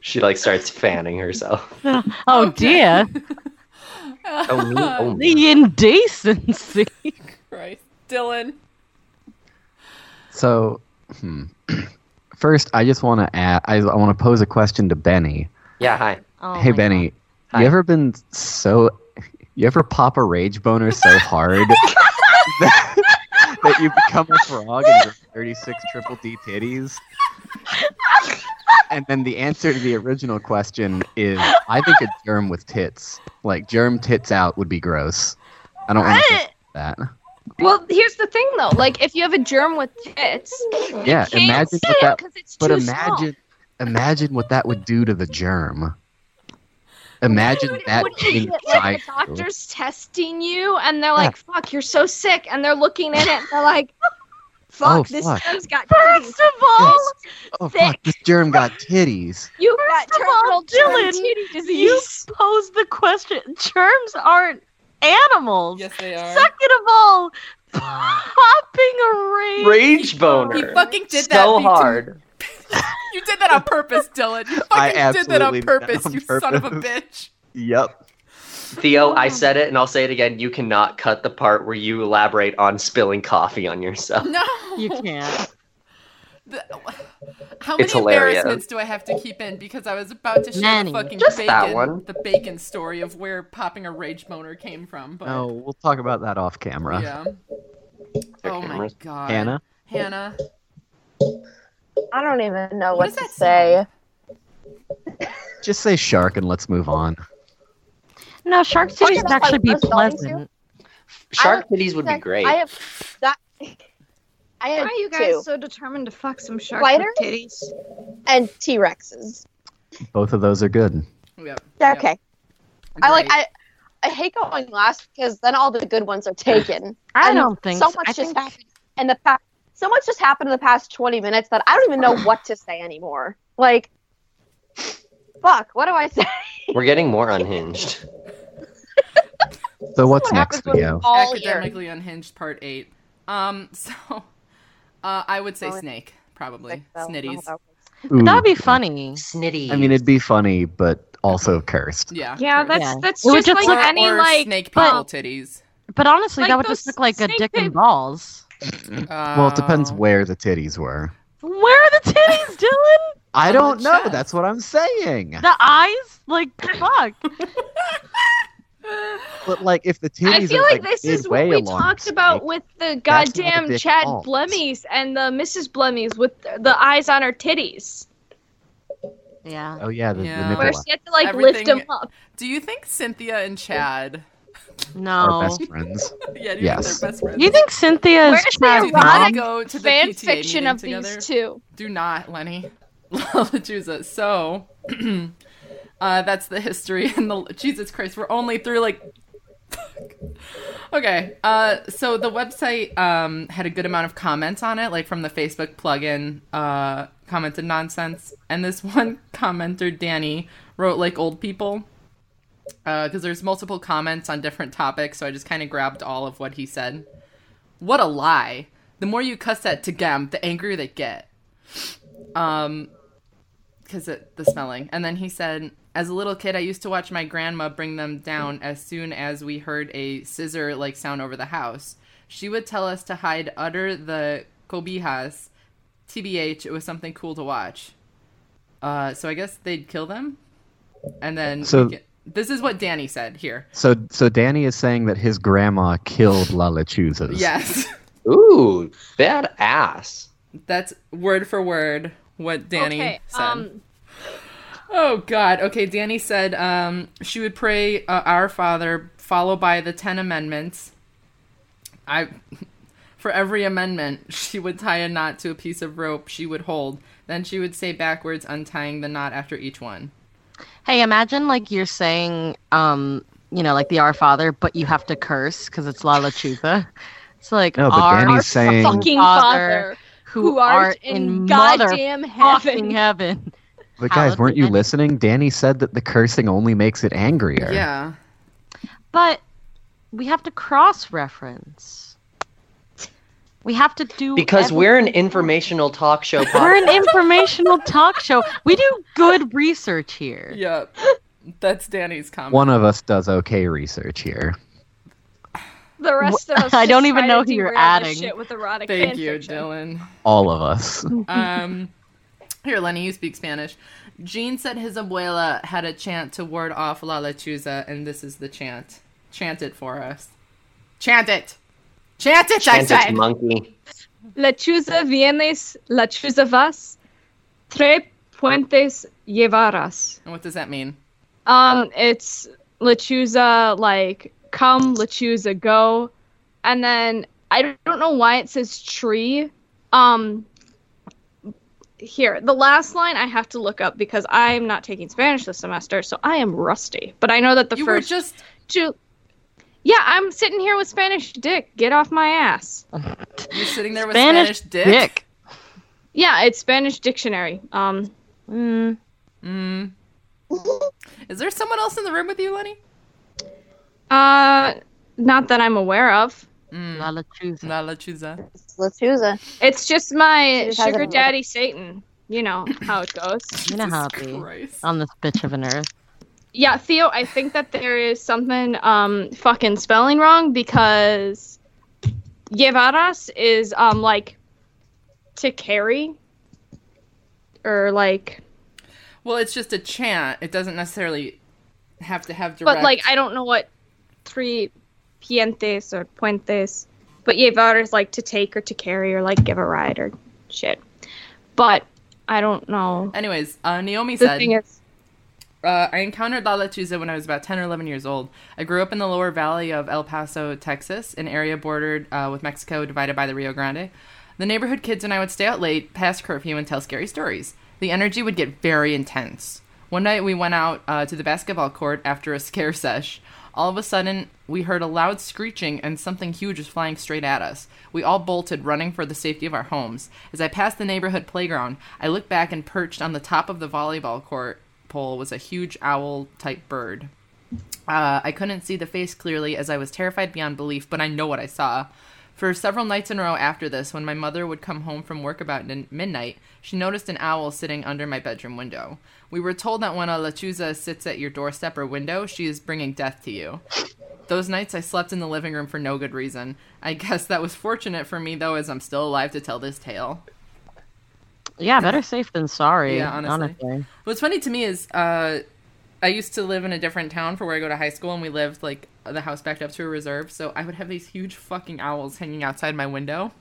[SPEAKER 3] she like starts fanning herself.
[SPEAKER 4] oh
[SPEAKER 1] Okay.
[SPEAKER 4] dear
[SPEAKER 3] Oh me. Oh me.
[SPEAKER 4] the indecency
[SPEAKER 1] Christ. Dylan.
[SPEAKER 5] So, hmm. first, I just want to add. I, I want to pose a question to Benny.
[SPEAKER 3] Yeah. Hi.
[SPEAKER 4] Oh
[SPEAKER 5] hey,
[SPEAKER 4] my
[SPEAKER 5] Benny,
[SPEAKER 3] Hi.
[SPEAKER 5] you ever been so? You ever pop a rage boner so hard that, that you become a frog and you're thirty-six triple D titties? And then the answer to the original question is, I think a germ with tits, like germ tits out, would be gross. I don't want to think about that.
[SPEAKER 2] Well, here's the thing though. Like, if you have a germ with tits,
[SPEAKER 5] Yeah,
[SPEAKER 2] can't
[SPEAKER 5] imagine
[SPEAKER 2] say
[SPEAKER 5] what
[SPEAKER 2] it
[SPEAKER 5] that
[SPEAKER 2] 'cause it's
[SPEAKER 5] But
[SPEAKER 2] too
[SPEAKER 5] imagine, imagine what that would do to the germ. Imagine
[SPEAKER 2] Dude,
[SPEAKER 5] that
[SPEAKER 2] what is
[SPEAKER 5] getting
[SPEAKER 2] it? Like the
[SPEAKER 5] inside you.
[SPEAKER 2] doctor's testing you, and they're like, "Fuck, you're so sick," and they're looking at it, and they're like, "Fuck,
[SPEAKER 5] Oh,
[SPEAKER 2] this
[SPEAKER 5] fuck.
[SPEAKER 2] germ's got
[SPEAKER 4] God.
[SPEAKER 2] titties.
[SPEAKER 4] first of all
[SPEAKER 5] Oh fuck!
[SPEAKER 2] thick.
[SPEAKER 5] This germ got titties.
[SPEAKER 2] You
[SPEAKER 4] First
[SPEAKER 2] got
[SPEAKER 4] of
[SPEAKER 2] terminal
[SPEAKER 4] all,
[SPEAKER 2] germ
[SPEAKER 4] Dylan,
[SPEAKER 2] titty
[SPEAKER 4] you
[SPEAKER 2] disease."
[SPEAKER 4] pose the question germs aren't animals
[SPEAKER 1] Yes, they are.
[SPEAKER 4] second of all popping a rage
[SPEAKER 3] Rage
[SPEAKER 1] He
[SPEAKER 3] boner.
[SPEAKER 1] fucking did that
[SPEAKER 3] so
[SPEAKER 1] beat to-
[SPEAKER 3] hard.
[SPEAKER 1] You did that on purpose, Dylan. You
[SPEAKER 5] I
[SPEAKER 1] fucking did that
[SPEAKER 5] absolutely
[SPEAKER 1] on
[SPEAKER 5] did that
[SPEAKER 1] purpose,
[SPEAKER 5] on
[SPEAKER 1] you son of a
[SPEAKER 5] purpose.
[SPEAKER 1] bitch.
[SPEAKER 5] Yep.
[SPEAKER 3] Theo, I said it, and I'll say it again. You cannot cut the part where you elaborate on spilling coffee on yourself.
[SPEAKER 1] No.
[SPEAKER 4] you can't
[SPEAKER 1] The- how many
[SPEAKER 3] It's hilarious.
[SPEAKER 1] embarrassments do I have to keep in because I was about to share
[SPEAKER 4] Many.
[SPEAKER 1] the fucking
[SPEAKER 3] Just
[SPEAKER 1] bacon,
[SPEAKER 3] that one.
[SPEAKER 1] the bacon story of where popping a rage boner came from. But
[SPEAKER 5] No, Oh, we'll talk about that off camera.
[SPEAKER 1] yeah.
[SPEAKER 3] Their
[SPEAKER 1] oh my
[SPEAKER 3] cameras.
[SPEAKER 1] god,
[SPEAKER 5] Hannah,
[SPEAKER 1] Hannah,
[SPEAKER 6] I don't even know
[SPEAKER 1] What does
[SPEAKER 6] what, to
[SPEAKER 1] that
[SPEAKER 6] say.
[SPEAKER 5] just say shark and let's move on.
[SPEAKER 4] no shark
[SPEAKER 6] Talking
[SPEAKER 4] titties would
[SPEAKER 6] about my
[SPEAKER 4] actually be
[SPEAKER 6] first doggy suit?
[SPEAKER 4] pleasant
[SPEAKER 3] Shark
[SPEAKER 6] I
[SPEAKER 3] titties would be great.
[SPEAKER 6] I have that. I
[SPEAKER 2] Why
[SPEAKER 6] have
[SPEAKER 2] are you guys
[SPEAKER 6] two
[SPEAKER 2] so determined to fuck some shark
[SPEAKER 6] Spiders?
[SPEAKER 2] with titties?
[SPEAKER 6] and T Rexes.
[SPEAKER 5] Both of those are good.
[SPEAKER 1] yep. yep,
[SPEAKER 6] Okay, I like.
[SPEAKER 1] great.
[SPEAKER 6] I I hate going last because then all the good ones are taken.
[SPEAKER 4] I
[SPEAKER 6] And
[SPEAKER 4] don't think
[SPEAKER 6] so
[SPEAKER 4] so.
[SPEAKER 6] much
[SPEAKER 4] I
[SPEAKER 6] just
[SPEAKER 4] think-
[SPEAKER 6] happened in the past. So much just happened in the past twenty minutes that I don't even know what to say anymore. Like, fuck, what do I say?
[SPEAKER 3] We're getting more unhinged.
[SPEAKER 5] So what's
[SPEAKER 6] What
[SPEAKER 5] next
[SPEAKER 6] happens when
[SPEAKER 5] video?
[SPEAKER 6] we're All year.
[SPEAKER 1] academically unhinged part eight. Um, so uh, I would say
[SPEAKER 6] Oh,
[SPEAKER 1] snake probably
[SPEAKER 6] Like, well,
[SPEAKER 1] snitties.
[SPEAKER 6] no,
[SPEAKER 5] Ooh,
[SPEAKER 4] that'd be funny
[SPEAKER 3] Snitty.
[SPEAKER 5] I mean, it'd be funny, but also cursed.
[SPEAKER 1] Yeah,
[SPEAKER 2] Yeah,
[SPEAKER 1] true.
[SPEAKER 2] that's
[SPEAKER 4] Yeah.
[SPEAKER 2] that's
[SPEAKER 4] It would
[SPEAKER 2] just,
[SPEAKER 4] just
[SPEAKER 2] like
[SPEAKER 1] or,
[SPEAKER 2] any
[SPEAKER 1] or
[SPEAKER 2] like
[SPEAKER 1] snake
[SPEAKER 4] but-
[SPEAKER 1] people titties.
[SPEAKER 4] but honestly
[SPEAKER 2] Like
[SPEAKER 4] that would
[SPEAKER 2] those
[SPEAKER 4] just look like a
[SPEAKER 2] snake
[SPEAKER 4] dick and
[SPEAKER 2] pig-
[SPEAKER 4] balls
[SPEAKER 5] Well, it depends
[SPEAKER 1] Oh.
[SPEAKER 5] where the titties were.
[SPEAKER 4] where are the titties dylan
[SPEAKER 5] I
[SPEAKER 1] On
[SPEAKER 5] don't
[SPEAKER 1] the
[SPEAKER 5] know.
[SPEAKER 1] chest.
[SPEAKER 5] That's what I'm saying.
[SPEAKER 4] The eyes? Like, fuck.
[SPEAKER 5] But like, if the titties
[SPEAKER 2] I feel
[SPEAKER 5] are,
[SPEAKER 2] like,
[SPEAKER 5] like,
[SPEAKER 2] this is
[SPEAKER 5] midway
[SPEAKER 2] what we
[SPEAKER 5] along
[SPEAKER 2] talked
[SPEAKER 5] the
[SPEAKER 2] about
[SPEAKER 5] snake-
[SPEAKER 2] with the
[SPEAKER 5] That's not a
[SPEAKER 2] goddamn
[SPEAKER 5] big
[SPEAKER 2] Chad
[SPEAKER 5] fault.
[SPEAKER 2] Blemmies and the Mrs. Blemmies with the, the eyes on her titties,
[SPEAKER 4] Yeah.
[SPEAKER 5] Oh yeah, the, the
[SPEAKER 1] Yeah.
[SPEAKER 5] nipple
[SPEAKER 2] where
[SPEAKER 5] out.
[SPEAKER 2] she had to like lift
[SPEAKER 1] Everything-
[SPEAKER 2] them up.
[SPEAKER 1] Do you think Cynthia and Chad?
[SPEAKER 5] Our
[SPEAKER 4] No.
[SPEAKER 5] best friends.
[SPEAKER 1] Yeah, do you
[SPEAKER 5] Yes.
[SPEAKER 1] think they're best friends?
[SPEAKER 4] You think Cynthia is
[SPEAKER 2] Where's the
[SPEAKER 4] Chad's
[SPEAKER 1] do
[SPEAKER 2] think
[SPEAKER 1] not
[SPEAKER 4] mom?
[SPEAKER 2] erotic-
[SPEAKER 1] go to the
[SPEAKER 2] Fan
[SPEAKER 1] PTA
[SPEAKER 2] fiction
[SPEAKER 1] meeting
[SPEAKER 2] of
[SPEAKER 1] together?
[SPEAKER 2] these two.
[SPEAKER 1] Do not, Lenny. Lollapalooza. So, uh, that's the history and the Jesus Christ. We're only through like Okay. Uh, so the website um, had a good amount of comments on it, like from the Facebook plugin, uh, commented nonsense. And this one commenter, Danny, wrote like old people. Because there's multiple comments on different topics, so I just kind of grabbed all of what he said. What a lie. The more you cuss at Tagam, the angrier they get. Um, because the smelling. And then he said, as a little kid, I used to watch my grandma bring them down as soon as we heard a scissor like sound over the house. She would tell us to hide under the cobijas. TBH, it was something cool to watch. Uh, so I guess they'd kill them? And then.
[SPEAKER 5] So-
[SPEAKER 1] we this is what Danny said here.
[SPEAKER 5] So, so Danny is saying that his grandma killed La Lechuzas.
[SPEAKER 1] Yes.
[SPEAKER 3] Ooh, bad ass.
[SPEAKER 1] That's word for word what Danny
[SPEAKER 2] okay,
[SPEAKER 1] said.
[SPEAKER 2] um,
[SPEAKER 1] Oh God. Okay, Danny said um, she would pray uh, Our Father, followed by the Ten Amendments. I, for every amendment, she would tie a knot to a piece of rope she would hold. Then she would say backwards, untying the knot after each one.
[SPEAKER 4] Hey, imagine like you're saying, um, you know, like the Our Father, but you have to curse because it's La La Chupa. It's like
[SPEAKER 5] No, but
[SPEAKER 4] our
[SPEAKER 5] Danny's
[SPEAKER 2] our
[SPEAKER 5] saying-
[SPEAKER 2] fucking
[SPEAKER 4] Father
[SPEAKER 2] father,
[SPEAKER 4] who, art in mother
[SPEAKER 2] goddamn heaven.
[SPEAKER 4] fucking heaven.
[SPEAKER 5] But guys,
[SPEAKER 4] Hallowed
[SPEAKER 5] weren't
[SPEAKER 4] be
[SPEAKER 5] you
[SPEAKER 4] any-
[SPEAKER 5] listening? Danny said that the cursing only makes it angrier.
[SPEAKER 1] Yeah.
[SPEAKER 4] But we have to cross reference. We have to do
[SPEAKER 3] Because we're an
[SPEAKER 4] everything.
[SPEAKER 3] informational talk show
[SPEAKER 4] we're an
[SPEAKER 3] podcast.
[SPEAKER 4] informational talk show. We do good research here.
[SPEAKER 1] Yep. That's Danny's comment.
[SPEAKER 5] One of us does okay research here.
[SPEAKER 2] The rest of us.
[SPEAKER 4] I
[SPEAKER 2] just
[SPEAKER 4] don't even
[SPEAKER 2] try
[SPEAKER 4] know
[SPEAKER 2] to
[SPEAKER 4] who you're
[SPEAKER 2] derail this
[SPEAKER 4] adding.
[SPEAKER 2] Shit with erotic
[SPEAKER 1] Thank
[SPEAKER 2] fan
[SPEAKER 1] you,
[SPEAKER 2] fiction.
[SPEAKER 1] Dylan.
[SPEAKER 5] All of us.
[SPEAKER 1] Um, here, Lenny, you speak Spanish. Gene said his abuela had a chant to ward off La Lechuza, and this is the chant. Chant it for us. Chant it! Chant it, I
[SPEAKER 3] Chant it,
[SPEAKER 1] said!
[SPEAKER 3] monkey.
[SPEAKER 2] La chuza vienes, la chuza vas, tre puentes llevarás.
[SPEAKER 1] And what does that mean?
[SPEAKER 2] Um, it's Lechuza, like, come, Lechuza, go. And then I don't know why it says tree. Um, here, the last line I have to look up because I'm not taking Spanish this semester, so I am rusty. But I know that the
[SPEAKER 1] you were
[SPEAKER 2] first
[SPEAKER 1] just.
[SPEAKER 2] two. Yeah, I'm sitting here with Spanish dick. Get off my ass.
[SPEAKER 1] You're sitting there with Spanish,
[SPEAKER 4] Spanish
[SPEAKER 1] dick?
[SPEAKER 4] Dick.
[SPEAKER 2] Yeah, it's Spanish dictionary. Um,
[SPEAKER 4] Mm,
[SPEAKER 1] Mm. Is there someone else in the room with you, Lenny?
[SPEAKER 2] uh, not that I'm aware of.
[SPEAKER 1] Mm.
[SPEAKER 4] La La Chusa.
[SPEAKER 1] La Lechuza.
[SPEAKER 6] Let's choose it.
[SPEAKER 2] It's just my
[SPEAKER 6] It has
[SPEAKER 2] sugar
[SPEAKER 6] another-
[SPEAKER 2] daddy Satan. You know how it goes.
[SPEAKER 4] You know how it
[SPEAKER 1] Jesus
[SPEAKER 4] be.
[SPEAKER 2] Uh.
[SPEAKER 1] Christ.
[SPEAKER 4] on this bitch of an earth.
[SPEAKER 2] Yeah, Theo, I think that there is something um fucking spelling wrong because llevaras is um like to carry or like
[SPEAKER 1] Well, it's just a chant. It doesn't necessarily have to have direct.
[SPEAKER 2] but like I don't know what three pientes or puentes but llevar is like to take or to carry or like give a ride or shit. But I don't know.
[SPEAKER 1] Anyways, uh, Naomi
[SPEAKER 2] The
[SPEAKER 1] said.
[SPEAKER 2] thing is
[SPEAKER 1] Uh, I encountered La Lechuza when I was about 10 or 11 years old. I grew up in the lower valley of El Paso, Texas, an area bordered uh, with Mexico divided by the Rio Grande. The neighborhood kids and I would stay out late, past curfew, and tell scary stories. The energy would get very intense. One night we went out uh, to the basketball court after a scare sesh. All of a sudden, we heard a loud screeching and something huge was flying straight at us. We all bolted, running for the safety of our homes. As I passed the neighborhood playground, I looked back and perched on the top of the volleyball court pole was a huge owl type bird. Uh, I couldn't see the face clearly as I was terrified beyond belief, but I know what I saw. For several nights in a row after this, when my mother would come home from work about nin- midnight, she noticed an owl sitting under my bedroom window. We were told that when a lechuza sits at your doorstep or window, she is bringing death to you. Those nights I slept in the living room for no good reason. I guess that was fortunate for me, though, as I'm still alive to tell this tale.
[SPEAKER 4] Yeah, better safe than sorry.
[SPEAKER 1] Yeah, honestly.
[SPEAKER 4] honestly.
[SPEAKER 1] What's funny to me is uh, I used to live in a different town for where I go to high school, and we lived like the house backed up to a reserve. So I would have these huge fucking owls hanging outside my window.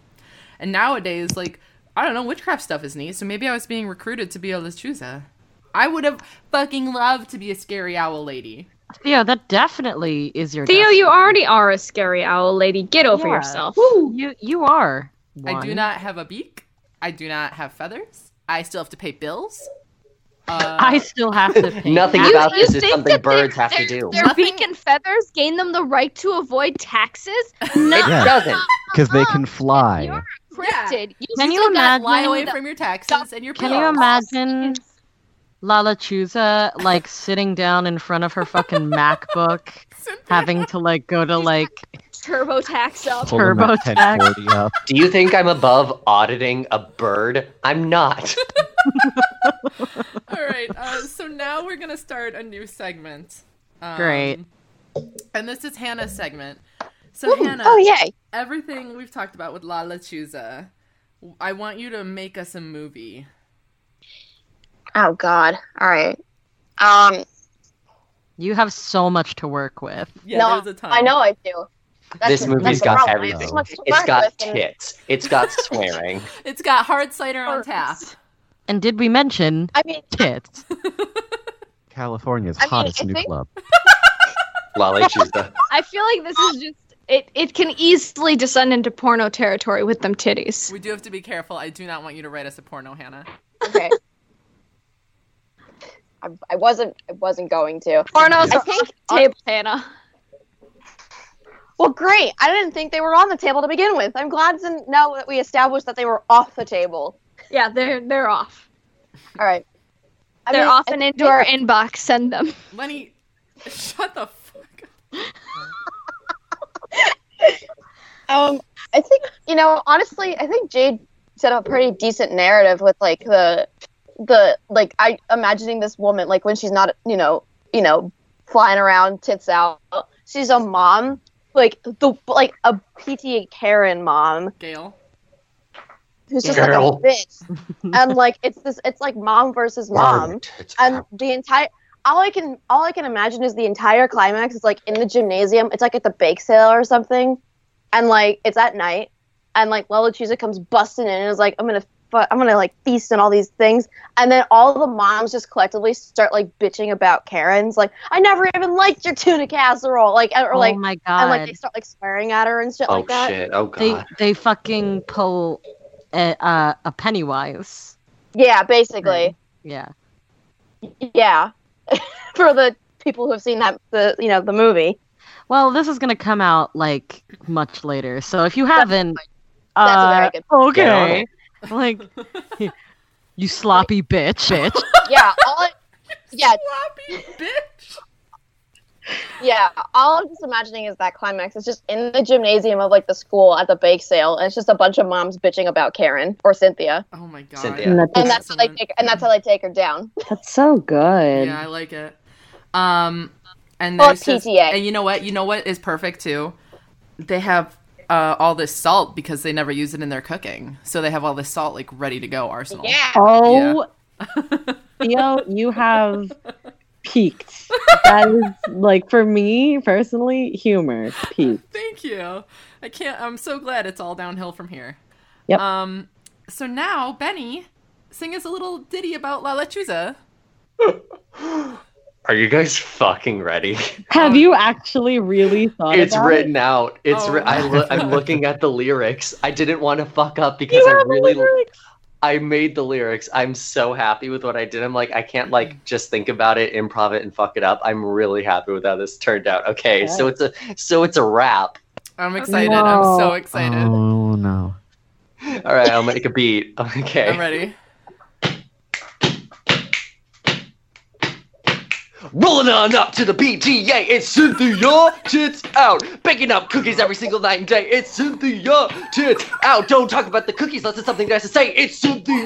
[SPEAKER 1] And nowadays, like, I don't know, witchcraft stuff is neat. So maybe I was being recruited to be a lechuza. I would have fucking loved to be a scary owl lady.
[SPEAKER 4] Theo, that definitely is your.
[SPEAKER 2] Theo,
[SPEAKER 4] destiny.
[SPEAKER 2] you already are a scary owl lady. Get over
[SPEAKER 4] Yeah.
[SPEAKER 2] yourself.
[SPEAKER 4] you you are.
[SPEAKER 1] I do
[SPEAKER 4] one.
[SPEAKER 1] not have a beak. I do not have feathers. I still have to pay bills. Uh,
[SPEAKER 4] I still have to pay.
[SPEAKER 3] Nothing
[SPEAKER 2] You-
[SPEAKER 3] about
[SPEAKER 2] you
[SPEAKER 3] this is
[SPEAKER 2] think
[SPEAKER 3] something
[SPEAKER 2] that they-
[SPEAKER 3] birds have to
[SPEAKER 2] their-
[SPEAKER 3] do.
[SPEAKER 2] Their beak and feathers gain them the right to avoid taxes. Not
[SPEAKER 5] Yeah.
[SPEAKER 3] It doesn't.
[SPEAKER 5] because they can fly.
[SPEAKER 2] You're cryptid. You
[SPEAKER 4] Can you
[SPEAKER 2] still gotta
[SPEAKER 1] lie
[SPEAKER 2] lie
[SPEAKER 1] away
[SPEAKER 2] with
[SPEAKER 1] from your taxes and your
[SPEAKER 4] Can
[SPEAKER 1] bills.
[SPEAKER 4] you imagine Lala Chusa like sitting down in front of her fucking MacBook, having to like go to like
[SPEAKER 2] turbo tax up.
[SPEAKER 5] Pulling that
[SPEAKER 4] TurboTax.
[SPEAKER 5] 1040 up.
[SPEAKER 3] Do you think I'm above auditing a bird? I'm not.
[SPEAKER 1] All right. Uh, so now we're gonna start a new segment. Um,
[SPEAKER 4] Great.
[SPEAKER 1] And this is Hannah's segment. So Hannah,
[SPEAKER 6] Oh yay!
[SPEAKER 1] everything we've talked about with Lala Chusa, I want you to make us a movie.
[SPEAKER 6] Oh god! All right. Um,
[SPEAKER 4] you have so much to work with.
[SPEAKER 1] Yeah,
[SPEAKER 6] No,
[SPEAKER 1] there's a time.
[SPEAKER 6] I know I do.
[SPEAKER 3] this movie's
[SPEAKER 6] that's the
[SPEAKER 3] got
[SPEAKER 6] problem. I have
[SPEAKER 3] everything.
[SPEAKER 6] so much to
[SPEAKER 3] It's
[SPEAKER 6] work
[SPEAKER 3] got
[SPEAKER 6] with and-
[SPEAKER 3] tits. It's got swearing.
[SPEAKER 1] It's got hard cider on tap.
[SPEAKER 4] And did we mention
[SPEAKER 6] I mean,
[SPEAKER 4] tits?
[SPEAKER 5] California's
[SPEAKER 6] I mean,
[SPEAKER 5] hottest
[SPEAKER 6] I
[SPEAKER 5] new
[SPEAKER 6] think-
[SPEAKER 5] club.
[SPEAKER 3] Lolly Chusa.
[SPEAKER 2] I feel like this is just it. It can easily descend into porno territory with them titties.
[SPEAKER 1] We do have to be careful. I do not want you to write us a porno, Hannah.
[SPEAKER 6] okay. I, I wasn't. I wasn't going to.
[SPEAKER 2] Pornos
[SPEAKER 6] I
[SPEAKER 2] are
[SPEAKER 6] think.
[SPEAKER 2] table, Hannah.
[SPEAKER 6] Well, great. I didn't think they were on the table to begin with. I'm glad to now that we established that they were off the table.
[SPEAKER 2] Yeah, they're they're off.
[SPEAKER 6] All right. I
[SPEAKER 2] they're
[SPEAKER 6] mean,
[SPEAKER 2] often
[SPEAKER 6] I-
[SPEAKER 2] into our inbox. Send them.
[SPEAKER 1] Lenny, shut the fuck up.
[SPEAKER 6] Um, I think you know, honestly, I think Jade set up a pretty decent narrative with like the the like I imagining this woman like when she's not you know you know flying around tits out. She's a mom, like the like a PTA Karen mom
[SPEAKER 1] Gail.
[SPEAKER 6] who's just
[SPEAKER 3] Girl.
[SPEAKER 6] like a bitch, and like it's this it's like mom versus mom, and the entire. All I can all I can imagine is the entire climax is like in the gymnasium. It's like at the bake sale or something, and like it's at night, and like Lola Chusa comes busting in and is like, "I'm gonna, fu- I'm gonna like feast on all these things," and then all the moms just collectively start like bitching about Karen's, like, "I never even liked your tuna casserole," like or like,
[SPEAKER 4] oh my
[SPEAKER 6] and
[SPEAKER 4] god.
[SPEAKER 6] like they start like swearing at her and shit
[SPEAKER 3] Oh
[SPEAKER 6] like that.
[SPEAKER 3] shit! Oh
[SPEAKER 4] they
[SPEAKER 3] god!
[SPEAKER 4] they fucking pull a, uh, a Pennywise.
[SPEAKER 6] Yeah, basically,
[SPEAKER 4] Yeah.
[SPEAKER 6] yeah. For the people who have seen that the you know the movie,
[SPEAKER 4] Well, this is gonna come out like much later, so if you haven't,
[SPEAKER 6] That's a
[SPEAKER 4] uh,
[SPEAKER 6] very good
[SPEAKER 3] Get on
[SPEAKER 4] okay,
[SPEAKER 3] it.
[SPEAKER 4] like you sloppy bitch, it.
[SPEAKER 6] yeah, all I, yeah,
[SPEAKER 1] Sloppy bitch.
[SPEAKER 6] yeah. All I'm just imagining is that climax. It's just in the gymnasium of like the school at the bake sale, and it's just a bunch of moms bitching about Karen or Cynthia,
[SPEAKER 1] Oh my god.
[SPEAKER 3] Cynthia.
[SPEAKER 7] And that-
[SPEAKER 6] and
[SPEAKER 7] that's,
[SPEAKER 6] that's how they take, and that's how they take her down.
[SPEAKER 7] that's so good.
[SPEAKER 1] Yeah, I like it. Um, and
[SPEAKER 6] Or
[SPEAKER 1] there's just-
[SPEAKER 6] PTA.
[SPEAKER 1] and you know what? You know what is perfect too? They have uh, all this salt because they never use it in their cooking, so they have all this salt like ready to go arsenal.
[SPEAKER 6] Yeah,
[SPEAKER 7] Oh, Theo, you have peaked. That is like for me personally, humor peaked.
[SPEAKER 1] Thank you. I can't. I'm so glad it's all downhill from here.
[SPEAKER 7] Yep.
[SPEAKER 1] Um. So now, Benny, sing us a little ditty about La Lechuza.
[SPEAKER 3] Are you guys fucking ready?
[SPEAKER 7] Have you actually really thought
[SPEAKER 3] It's
[SPEAKER 7] about
[SPEAKER 3] written out. It's
[SPEAKER 1] Oh
[SPEAKER 3] wri- I
[SPEAKER 1] my
[SPEAKER 3] lo- I'm
[SPEAKER 1] God.
[SPEAKER 3] looking at the lyrics. I didn't want to fuck up
[SPEAKER 7] it? You
[SPEAKER 3] because I
[SPEAKER 7] have
[SPEAKER 3] really
[SPEAKER 7] literally-
[SPEAKER 3] I made the lyrics. I'm so happy with what I did. I'm like I can't like just think about it, improv it, and fuck it up. I'm really happy with how this turned out. Okay, so it's a so it's a wrap.
[SPEAKER 1] I'm excited. I'm so
[SPEAKER 7] No.
[SPEAKER 1] excited.
[SPEAKER 5] Oh no!
[SPEAKER 3] All right, I'll make a beat. Okay.
[SPEAKER 1] I'm ready.
[SPEAKER 3] Rolling on up to the PTA, it's Cynthia Tits Out. Baking up cookies every single night and day, it's Cynthia Tits Out. Don't talk about the cookies unless it's something nice to say, it's Cynthia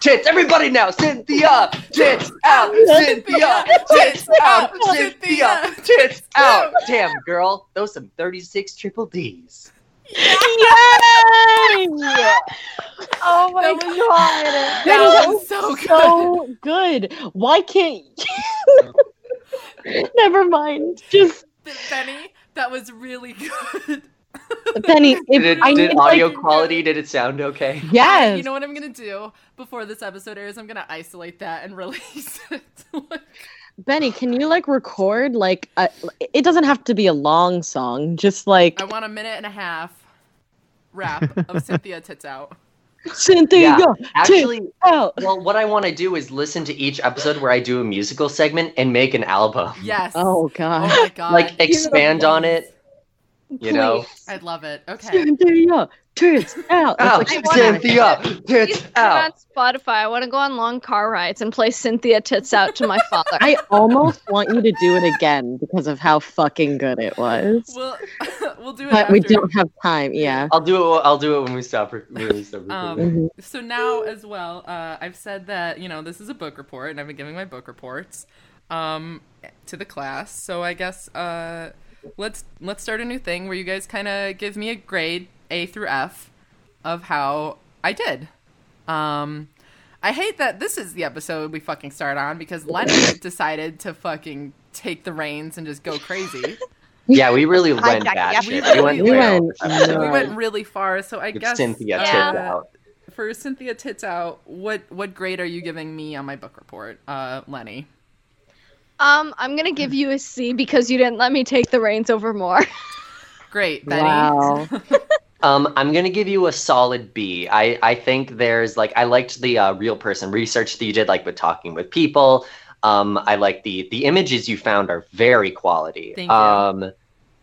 [SPEAKER 3] Tits. Everybody now, Cynthia Tits Out. Cynthia Tits Out. Cynthia Tits Out. Damn, girl, those some 36 triple Ds.
[SPEAKER 7] Yay!
[SPEAKER 6] oh my
[SPEAKER 1] That
[SPEAKER 6] god.
[SPEAKER 1] That was so good.
[SPEAKER 7] So good. Why can't Never mind. Just
[SPEAKER 1] Benny, that was really good.
[SPEAKER 7] Penny. If
[SPEAKER 3] Did, it,
[SPEAKER 7] I
[SPEAKER 3] did
[SPEAKER 7] need,
[SPEAKER 3] audio
[SPEAKER 7] Like,
[SPEAKER 3] quality, did it sound okay?
[SPEAKER 7] yes.
[SPEAKER 1] You know what I'm gonna do before this episode airs? I'm gonna isolate that and release it. Like,
[SPEAKER 7] Benny, can you like record like a, it doesn't have to be a long song, just like
[SPEAKER 1] I want a minute and a half wrap of Cynthia tits out.
[SPEAKER 4] Cynthia,
[SPEAKER 3] Yeah. Actually,
[SPEAKER 4] out.
[SPEAKER 3] well, what I want to do is listen to each episode where I do a musical segment and make an album.
[SPEAKER 1] Yes.
[SPEAKER 4] Oh
[SPEAKER 1] Oh
[SPEAKER 4] God.
[SPEAKER 1] my god.
[SPEAKER 3] Like expand on it, you know.
[SPEAKER 1] I love it. Okay.
[SPEAKER 4] Cynthia, tits out.
[SPEAKER 3] Oh,
[SPEAKER 4] It's like,
[SPEAKER 2] wanna-
[SPEAKER 3] Cynthia,
[SPEAKER 2] Please
[SPEAKER 3] tits
[SPEAKER 2] put it on
[SPEAKER 3] out.
[SPEAKER 2] Spotify. I want to go on long car rides and play Cynthia Tits Out to my father.
[SPEAKER 4] I almost want you to do it again because of how fucking good it was.
[SPEAKER 1] We'll we'll do it.
[SPEAKER 4] But we
[SPEAKER 1] after.
[SPEAKER 4] don't have time. Yeah.
[SPEAKER 3] I'll do it. I'll do it when we stop. re- When we stop
[SPEAKER 1] Um,
[SPEAKER 3] recording.
[SPEAKER 1] So now as well, uh, I've said that you know this is a book report, and I've been giving my book reports um, to the class. So I guess uh, let's let's start a new thing where you guys kind of give me a grade A through F of how I did. Um, I hate that this is the episode we fucking start on because Lenny decided to fucking take the reins and just go crazy.
[SPEAKER 3] yeah, we really
[SPEAKER 6] Hi,
[SPEAKER 3] went
[SPEAKER 6] Jackie.
[SPEAKER 3] batshit.
[SPEAKER 1] We really-
[SPEAKER 3] went.
[SPEAKER 1] we
[SPEAKER 3] way over
[SPEAKER 4] went
[SPEAKER 3] the top.
[SPEAKER 1] we
[SPEAKER 4] No.
[SPEAKER 1] went really far, so I
[SPEAKER 3] Give
[SPEAKER 1] guess
[SPEAKER 3] Cynthia
[SPEAKER 1] uh,
[SPEAKER 3] tits out.
[SPEAKER 1] for Cynthia tits out, what what grade are you giving me on my book report, uh, Lenny?
[SPEAKER 2] Um, I'm gonna give you a C because you didn't let me take the reins over more.
[SPEAKER 1] Great, Benny.
[SPEAKER 4] Wow.
[SPEAKER 3] Um, I'm gonna give you a solid B. I I think there's like I liked the uh, real person research that you did, like with talking with people. Um, I like the the images you found are very quality.
[SPEAKER 1] Thank you.
[SPEAKER 3] Um,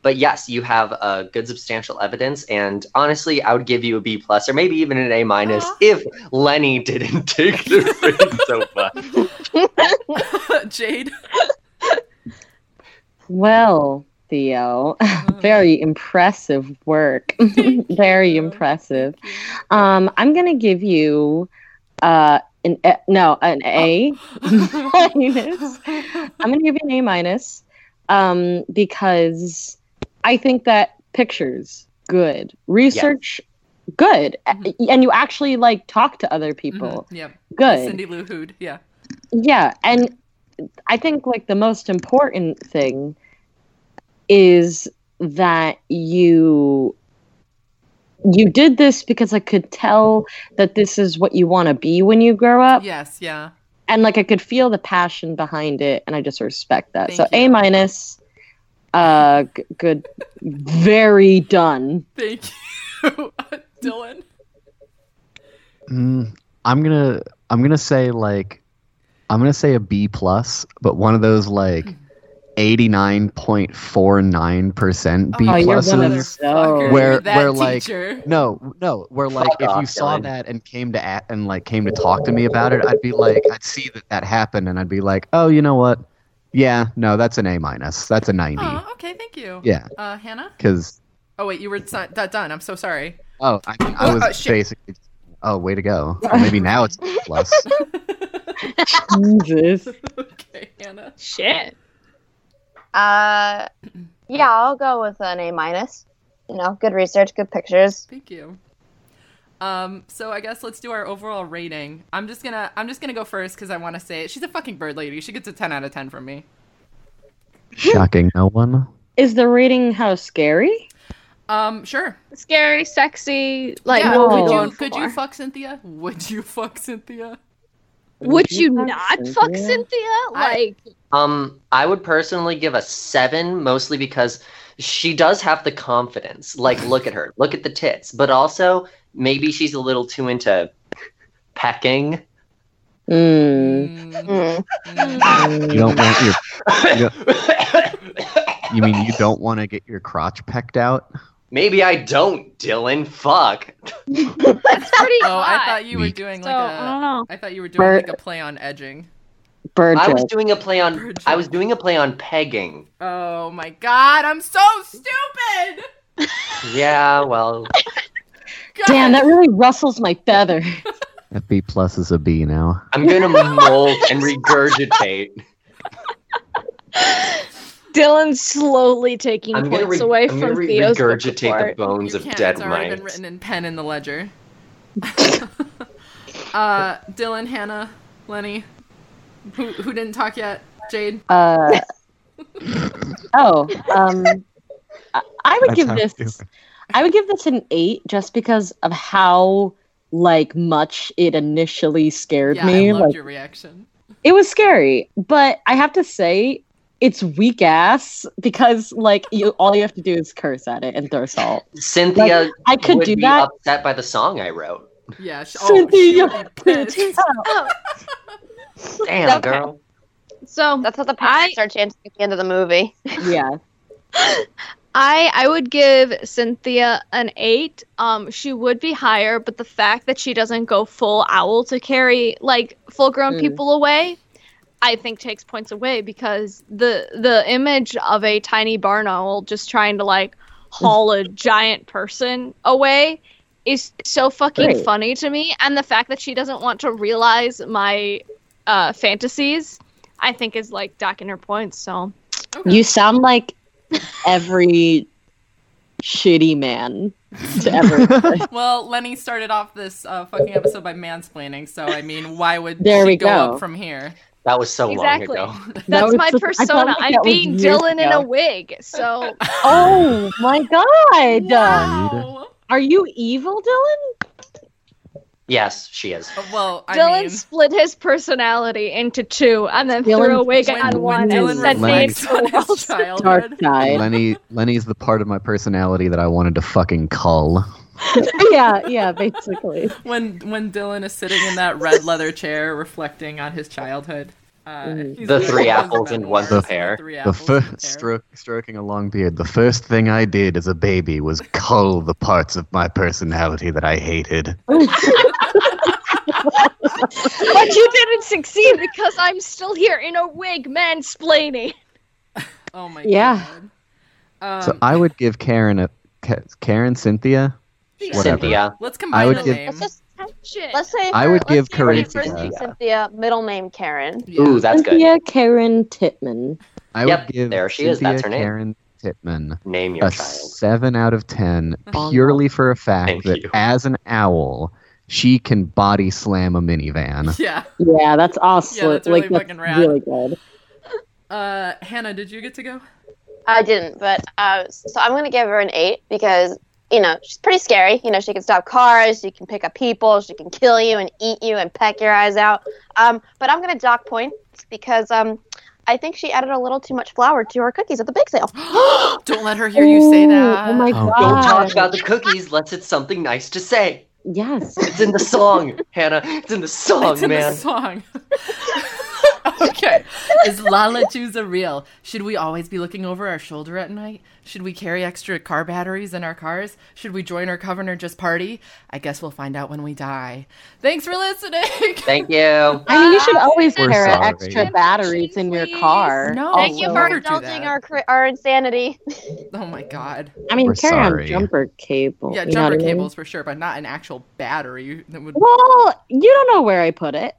[SPEAKER 3] but yes, you have uh, good substantial evidence, and honestly, I would give you a B plus or maybe even an A minus
[SPEAKER 1] Aw.
[SPEAKER 3] if Lenny didn't take the ring so much.
[SPEAKER 1] Jade.
[SPEAKER 4] Well, Theo,
[SPEAKER 1] Mm-hmm.
[SPEAKER 4] very impressive work. very impressive. Um, I'm gonna give you uh an A, no an
[SPEAKER 1] Oh.
[SPEAKER 4] A minus. I'm gonna give you an A minus um, because I think that pictures good, research good, A- and you actually like talk to other people
[SPEAKER 1] Mhm, Yep.
[SPEAKER 4] good.
[SPEAKER 1] Cindy Lou Hood. Yeah.
[SPEAKER 4] Yeah, and I think like the most important thing is that you you did this because I could tell that this is what you want to be when you grow up
[SPEAKER 1] Yes. Yeah.
[SPEAKER 4] and like I could feel the passion behind it and I just respect that.
[SPEAKER 1] Thank
[SPEAKER 4] so
[SPEAKER 1] you.
[SPEAKER 4] A minus uh g- good very done.
[SPEAKER 1] Thank you, Dylan.
[SPEAKER 5] Mm, I'm gonna I'm gonna say like I'm gonna say a B plus, but one of those like eighty nine point four nine percent B
[SPEAKER 4] Oh, you're one of
[SPEAKER 5] pluses.
[SPEAKER 4] those. those.
[SPEAKER 5] Where-
[SPEAKER 1] that
[SPEAKER 5] where, like-
[SPEAKER 1] teacher.
[SPEAKER 5] No, no. Where like
[SPEAKER 3] Fuck
[SPEAKER 5] if you
[SPEAKER 3] off,
[SPEAKER 5] saw
[SPEAKER 3] Dylan.
[SPEAKER 5] that and came to at, and like came to talk to me about it, I'd be like, I'd see that that happened, and I'd be like, oh, you know what? Yeah, no, that's an A minus. That's a ninety.
[SPEAKER 1] Oh, okay. Thank you.
[SPEAKER 5] Yeah,
[SPEAKER 1] Uh, Hannah.
[SPEAKER 5] because
[SPEAKER 1] Oh wait, you were not done. I'm so sorry.
[SPEAKER 5] oh, I, mean, I
[SPEAKER 1] Oh,
[SPEAKER 5] was
[SPEAKER 1] oh, shit.
[SPEAKER 5] basically. Oh, way to go! Or maybe now it's B plus.
[SPEAKER 4] Jesus.
[SPEAKER 1] okay, Hannah.
[SPEAKER 2] Shit.
[SPEAKER 6] Uh, yeah, I'll go with an A minus. You know, good research, good pictures.
[SPEAKER 1] Thank you. Um, so I guess let's do our overall rating. I'm just gonna I'm just gonna go first because I want to say it. She's a fucking bird lady. She gets a 10 out of 10 from me.
[SPEAKER 5] Shocking no one.
[SPEAKER 4] Is the rating how scary?
[SPEAKER 1] Um, sure.
[SPEAKER 2] Scary, sexy. Like,
[SPEAKER 1] Yeah,
[SPEAKER 4] what
[SPEAKER 2] what
[SPEAKER 4] we're
[SPEAKER 1] would
[SPEAKER 2] would
[SPEAKER 4] no.
[SPEAKER 1] you
[SPEAKER 2] you?
[SPEAKER 1] could you fuck Cynthia? Would you fuck Cynthia?
[SPEAKER 2] Would you not fuck
[SPEAKER 4] Cynthia?
[SPEAKER 2] Cynthia? Like,
[SPEAKER 3] Um, I would personally give a seven, mostly because she does have the confidence. Like, look at her, look at the tits, but also maybe she's a little too into pecking.
[SPEAKER 4] Mm.
[SPEAKER 1] Mm,
[SPEAKER 6] Mm.
[SPEAKER 1] mm.
[SPEAKER 5] You don't want your. You,
[SPEAKER 3] maybe
[SPEAKER 5] you mean you don't want to get your crotch pecked out?
[SPEAKER 3] I don't, Dylan. Fuck.
[SPEAKER 2] that's pretty
[SPEAKER 1] Oh, I
[SPEAKER 2] hot.
[SPEAKER 1] thought you were
[SPEAKER 5] Meek.
[SPEAKER 1] doing
[SPEAKER 2] so um,
[SPEAKER 1] like
[SPEAKER 2] I don't
[SPEAKER 1] a
[SPEAKER 2] know.
[SPEAKER 1] I thought you were doing like
[SPEAKER 4] Bird.
[SPEAKER 1] a play on edging.
[SPEAKER 4] Bird
[SPEAKER 3] I was
[SPEAKER 4] joke.
[SPEAKER 3] doing a play on.
[SPEAKER 1] Virgil.
[SPEAKER 3] I was doing a play on pegging.
[SPEAKER 1] Oh my god, I'm so stupid.
[SPEAKER 3] Yeah, well,
[SPEAKER 1] God.
[SPEAKER 4] Damn, that really rustles my feather.
[SPEAKER 5] That B plus is a B now.
[SPEAKER 3] I'm gonna mold and regurgitate.
[SPEAKER 2] Dylan's slowly taking
[SPEAKER 3] I'm gonna,
[SPEAKER 2] points
[SPEAKER 3] re-
[SPEAKER 2] away
[SPEAKER 3] I'm gonna
[SPEAKER 2] from
[SPEAKER 3] re-
[SPEAKER 2] Theo's book
[SPEAKER 3] regurgitate the
[SPEAKER 2] report.
[SPEAKER 3] bones
[SPEAKER 1] You
[SPEAKER 3] of
[SPEAKER 1] can't,
[SPEAKER 3] dead
[SPEAKER 1] It's already been
[SPEAKER 3] mice.
[SPEAKER 1] written in pen in the ledger. uh, Dylan, Hannah, Lenny, who who didn't talk yet? Jade.
[SPEAKER 4] Uh, oh, um, I, I would
[SPEAKER 5] That's how
[SPEAKER 4] give
[SPEAKER 5] it's
[SPEAKER 4] this.
[SPEAKER 5] doing.
[SPEAKER 4] I would give this an eight just because of how like much it initially scared
[SPEAKER 1] Yeah,
[SPEAKER 4] me.
[SPEAKER 1] I loved
[SPEAKER 4] Like
[SPEAKER 1] your reaction.
[SPEAKER 4] it was scary, but I have to say it's weak ass because like you all you have to do is curse at it and throw salt.
[SPEAKER 3] Cynthia
[SPEAKER 4] I could
[SPEAKER 3] would
[SPEAKER 4] do
[SPEAKER 3] be
[SPEAKER 4] that.
[SPEAKER 3] upset by the song I wrote.
[SPEAKER 1] Yeah. She, oh, she
[SPEAKER 7] Cynthia,
[SPEAKER 1] would be pissed.
[SPEAKER 3] Damn,
[SPEAKER 6] Okay.
[SPEAKER 3] girl.
[SPEAKER 2] So
[SPEAKER 6] That's how the
[SPEAKER 2] I-
[SPEAKER 6] parents are chanting at the end of the movie.
[SPEAKER 7] Yeah.
[SPEAKER 2] I I would give Cynthia an eight. Um, she would be higher, but the fact that she doesn't go full owl to carry like full grown
[SPEAKER 7] Mm.
[SPEAKER 2] people away, I think takes points away because the the image of a tiny barn owl just trying to like haul a giant person away is so fucking
[SPEAKER 7] Right.
[SPEAKER 2] funny to me. And the fact that she doesn't want to realize my uh, fantasies, I think is like docking her points. So
[SPEAKER 1] Okay.
[SPEAKER 7] You sound like every shitty man to ever. exist.
[SPEAKER 1] Well, Lenny started off this uh, fucking episode by mansplaining, so I mean, why would
[SPEAKER 7] There
[SPEAKER 1] she
[SPEAKER 7] we
[SPEAKER 1] go,
[SPEAKER 7] go.
[SPEAKER 1] up from here?
[SPEAKER 3] That was so
[SPEAKER 2] Exactly.
[SPEAKER 3] long ago.
[SPEAKER 7] That
[SPEAKER 2] That's
[SPEAKER 7] was
[SPEAKER 2] my
[SPEAKER 7] just- I felt
[SPEAKER 2] persona.
[SPEAKER 7] like
[SPEAKER 2] I'm
[SPEAKER 7] that was
[SPEAKER 2] being
[SPEAKER 7] years
[SPEAKER 2] Dylan in
[SPEAKER 7] ago.
[SPEAKER 2] a wig. So
[SPEAKER 7] Oh my god!
[SPEAKER 1] Wow.
[SPEAKER 7] Are you evil, Dylan?
[SPEAKER 3] Yes, she is.
[SPEAKER 1] Uh, Well, I
[SPEAKER 2] Dylan
[SPEAKER 1] mean,
[SPEAKER 2] split his personality into two and then
[SPEAKER 7] Dylan-
[SPEAKER 2] threw a wig
[SPEAKER 1] when,
[SPEAKER 2] on
[SPEAKER 1] when
[SPEAKER 2] one and
[SPEAKER 1] Dylan
[SPEAKER 2] said
[SPEAKER 5] reflects
[SPEAKER 2] names
[SPEAKER 1] reflects
[SPEAKER 2] to
[SPEAKER 1] on
[SPEAKER 2] the world.
[SPEAKER 1] his childhood,
[SPEAKER 7] Dark side.
[SPEAKER 5] Lenny Lenny's the part of my personality that I wanted to fucking cull.
[SPEAKER 7] yeah, yeah, basically.
[SPEAKER 1] when when Dylan is sitting in that red leather chair reflecting on his childhood. Uh,
[SPEAKER 7] Mm.
[SPEAKER 1] he's
[SPEAKER 3] The
[SPEAKER 1] literally
[SPEAKER 3] three
[SPEAKER 1] just
[SPEAKER 3] apples
[SPEAKER 1] about
[SPEAKER 3] and
[SPEAKER 1] worse
[SPEAKER 3] one's a
[SPEAKER 1] than
[SPEAKER 3] pear.
[SPEAKER 1] three
[SPEAKER 5] The
[SPEAKER 1] apples and a
[SPEAKER 5] first
[SPEAKER 1] pear.
[SPEAKER 5] stroke, stroking a long beard. The first thing I did as a baby was cull the parts of my personality that I hated.
[SPEAKER 2] But you didn't succeed because I'm still here in a wig mansplaining.
[SPEAKER 1] Oh my
[SPEAKER 7] Yeah.
[SPEAKER 1] god. Um,
[SPEAKER 5] so I would give Karen a Ka- Karen Cynthia.
[SPEAKER 1] yeah.
[SPEAKER 5] Whatever.
[SPEAKER 3] Cynthia.
[SPEAKER 1] Let's combine
[SPEAKER 5] would
[SPEAKER 1] the
[SPEAKER 5] give-
[SPEAKER 1] names.
[SPEAKER 6] Let's just
[SPEAKER 2] Shit.
[SPEAKER 6] let's say
[SPEAKER 5] I
[SPEAKER 6] her-
[SPEAKER 5] would give
[SPEAKER 6] let's say her
[SPEAKER 5] Corinne
[SPEAKER 6] first name
[SPEAKER 5] Cynthia.
[SPEAKER 6] Cynthia, middle name Karen.
[SPEAKER 1] Yeah.
[SPEAKER 3] Ooh, that's good.
[SPEAKER 7] Cynthia Karen Titman.
[SPEAKER 5] I
[SPEAKER 3] Yep,
[SPEAKER 5] would give
[SPEAKER 3] there she is, that's her
[SPEAKER 5] Cynthia
[SPEAKER 3] name.
[SPEAKER 5] Karen Titman
[SPEAKER 3] Name your
[SPEAKER 5] a
[SPEAKER 3] child.
[SPEAKER 5] seven out of ten
[SPEAKER 4] Oh,
[SPEAKER 5] purely for a fact
[SPEAKER 3] Thank
[SPEAKER 5] that
[SPEAKER 3] you.
[SPEAKER 5] as an owl, she can body slam a minivan.
[SPEAKER 1] yeah.
[SPEAKER 7] Yeah, that's awesome.
[SPEAKER 1] that's really
[SPEAKER 7] like that's
[SPEAKER 1] fucking rad.
[SPEAKER 7] really good.
[SPEAKER 1] Uh, Hannah, did you get to go?
[SPEAKER 6] I didn't, but uh, so I'm gonna give her an eight because you know she's pretty scary. You know she can stop cars, she can pick up people, she can kill you and eat you and peck your eyes out. Um, but I'm gonna dock points because um, I think she added a little too much flour to her cookies at the bake sale.
[SPEAKER 1] Don't let her hear you say
[SPEAKER 7] Ooh,
[SPEAKER 1] that.
[SPEAKER 7] Oh my
[SPEAKER 5] Oh,
[SPEAKER 7] god.
[SPEAKER 3] Don't talk about the cookies. Let's it's something nice to say.
[SPEAKER 7] Yes.
[SPEAKER 3] It's in the song, Hannah. It's in the song,
[SPEAKER 1] it's in
[SPEAKER 3] man.
[SPEAKER 1] the song. okay. Is Lala Chuza real? Should we always be looking over our shoulder at night? Should we carry extra car batteries in our cars? Should we join our coven or just party? I guess we'll find out when we die. Thanks for listening.
[SPEAKER 3] Thank you.
[SPEAKER 7] I mean, you should always
[SPEAKER 5] We're
[SPEAKER 7] carry
[SPEAKER 5] sorry.
[SPEAKER 7] extra batteries in your car.
[SPEAKER 1] No.
[SPEAKER 6] Thank you for
[SPEAKER 1] Never do
[SPEAKER 6] indulging
[SPEAKER 1] that.
[SPEAKER 6] our cri- our insanity.
[SPEAKER 1] oh my god.
[SPEAKER 7] I mean,
[SPEAKER 5] We're
[SPEAKER 7] carry
[SPEAKER 5] sorry.
[SPEAKER 7] on jumper cable.
[SPEAKER 1] Yeah,
[SPEAKER 7] you know what
[SPEAKER 1] jumper
[SPEAKER 7] I mean?
[SPEAKER 1] cables for sure, but not an actual battery that would
[SPEAKER 7] Well, you don't know where I put it.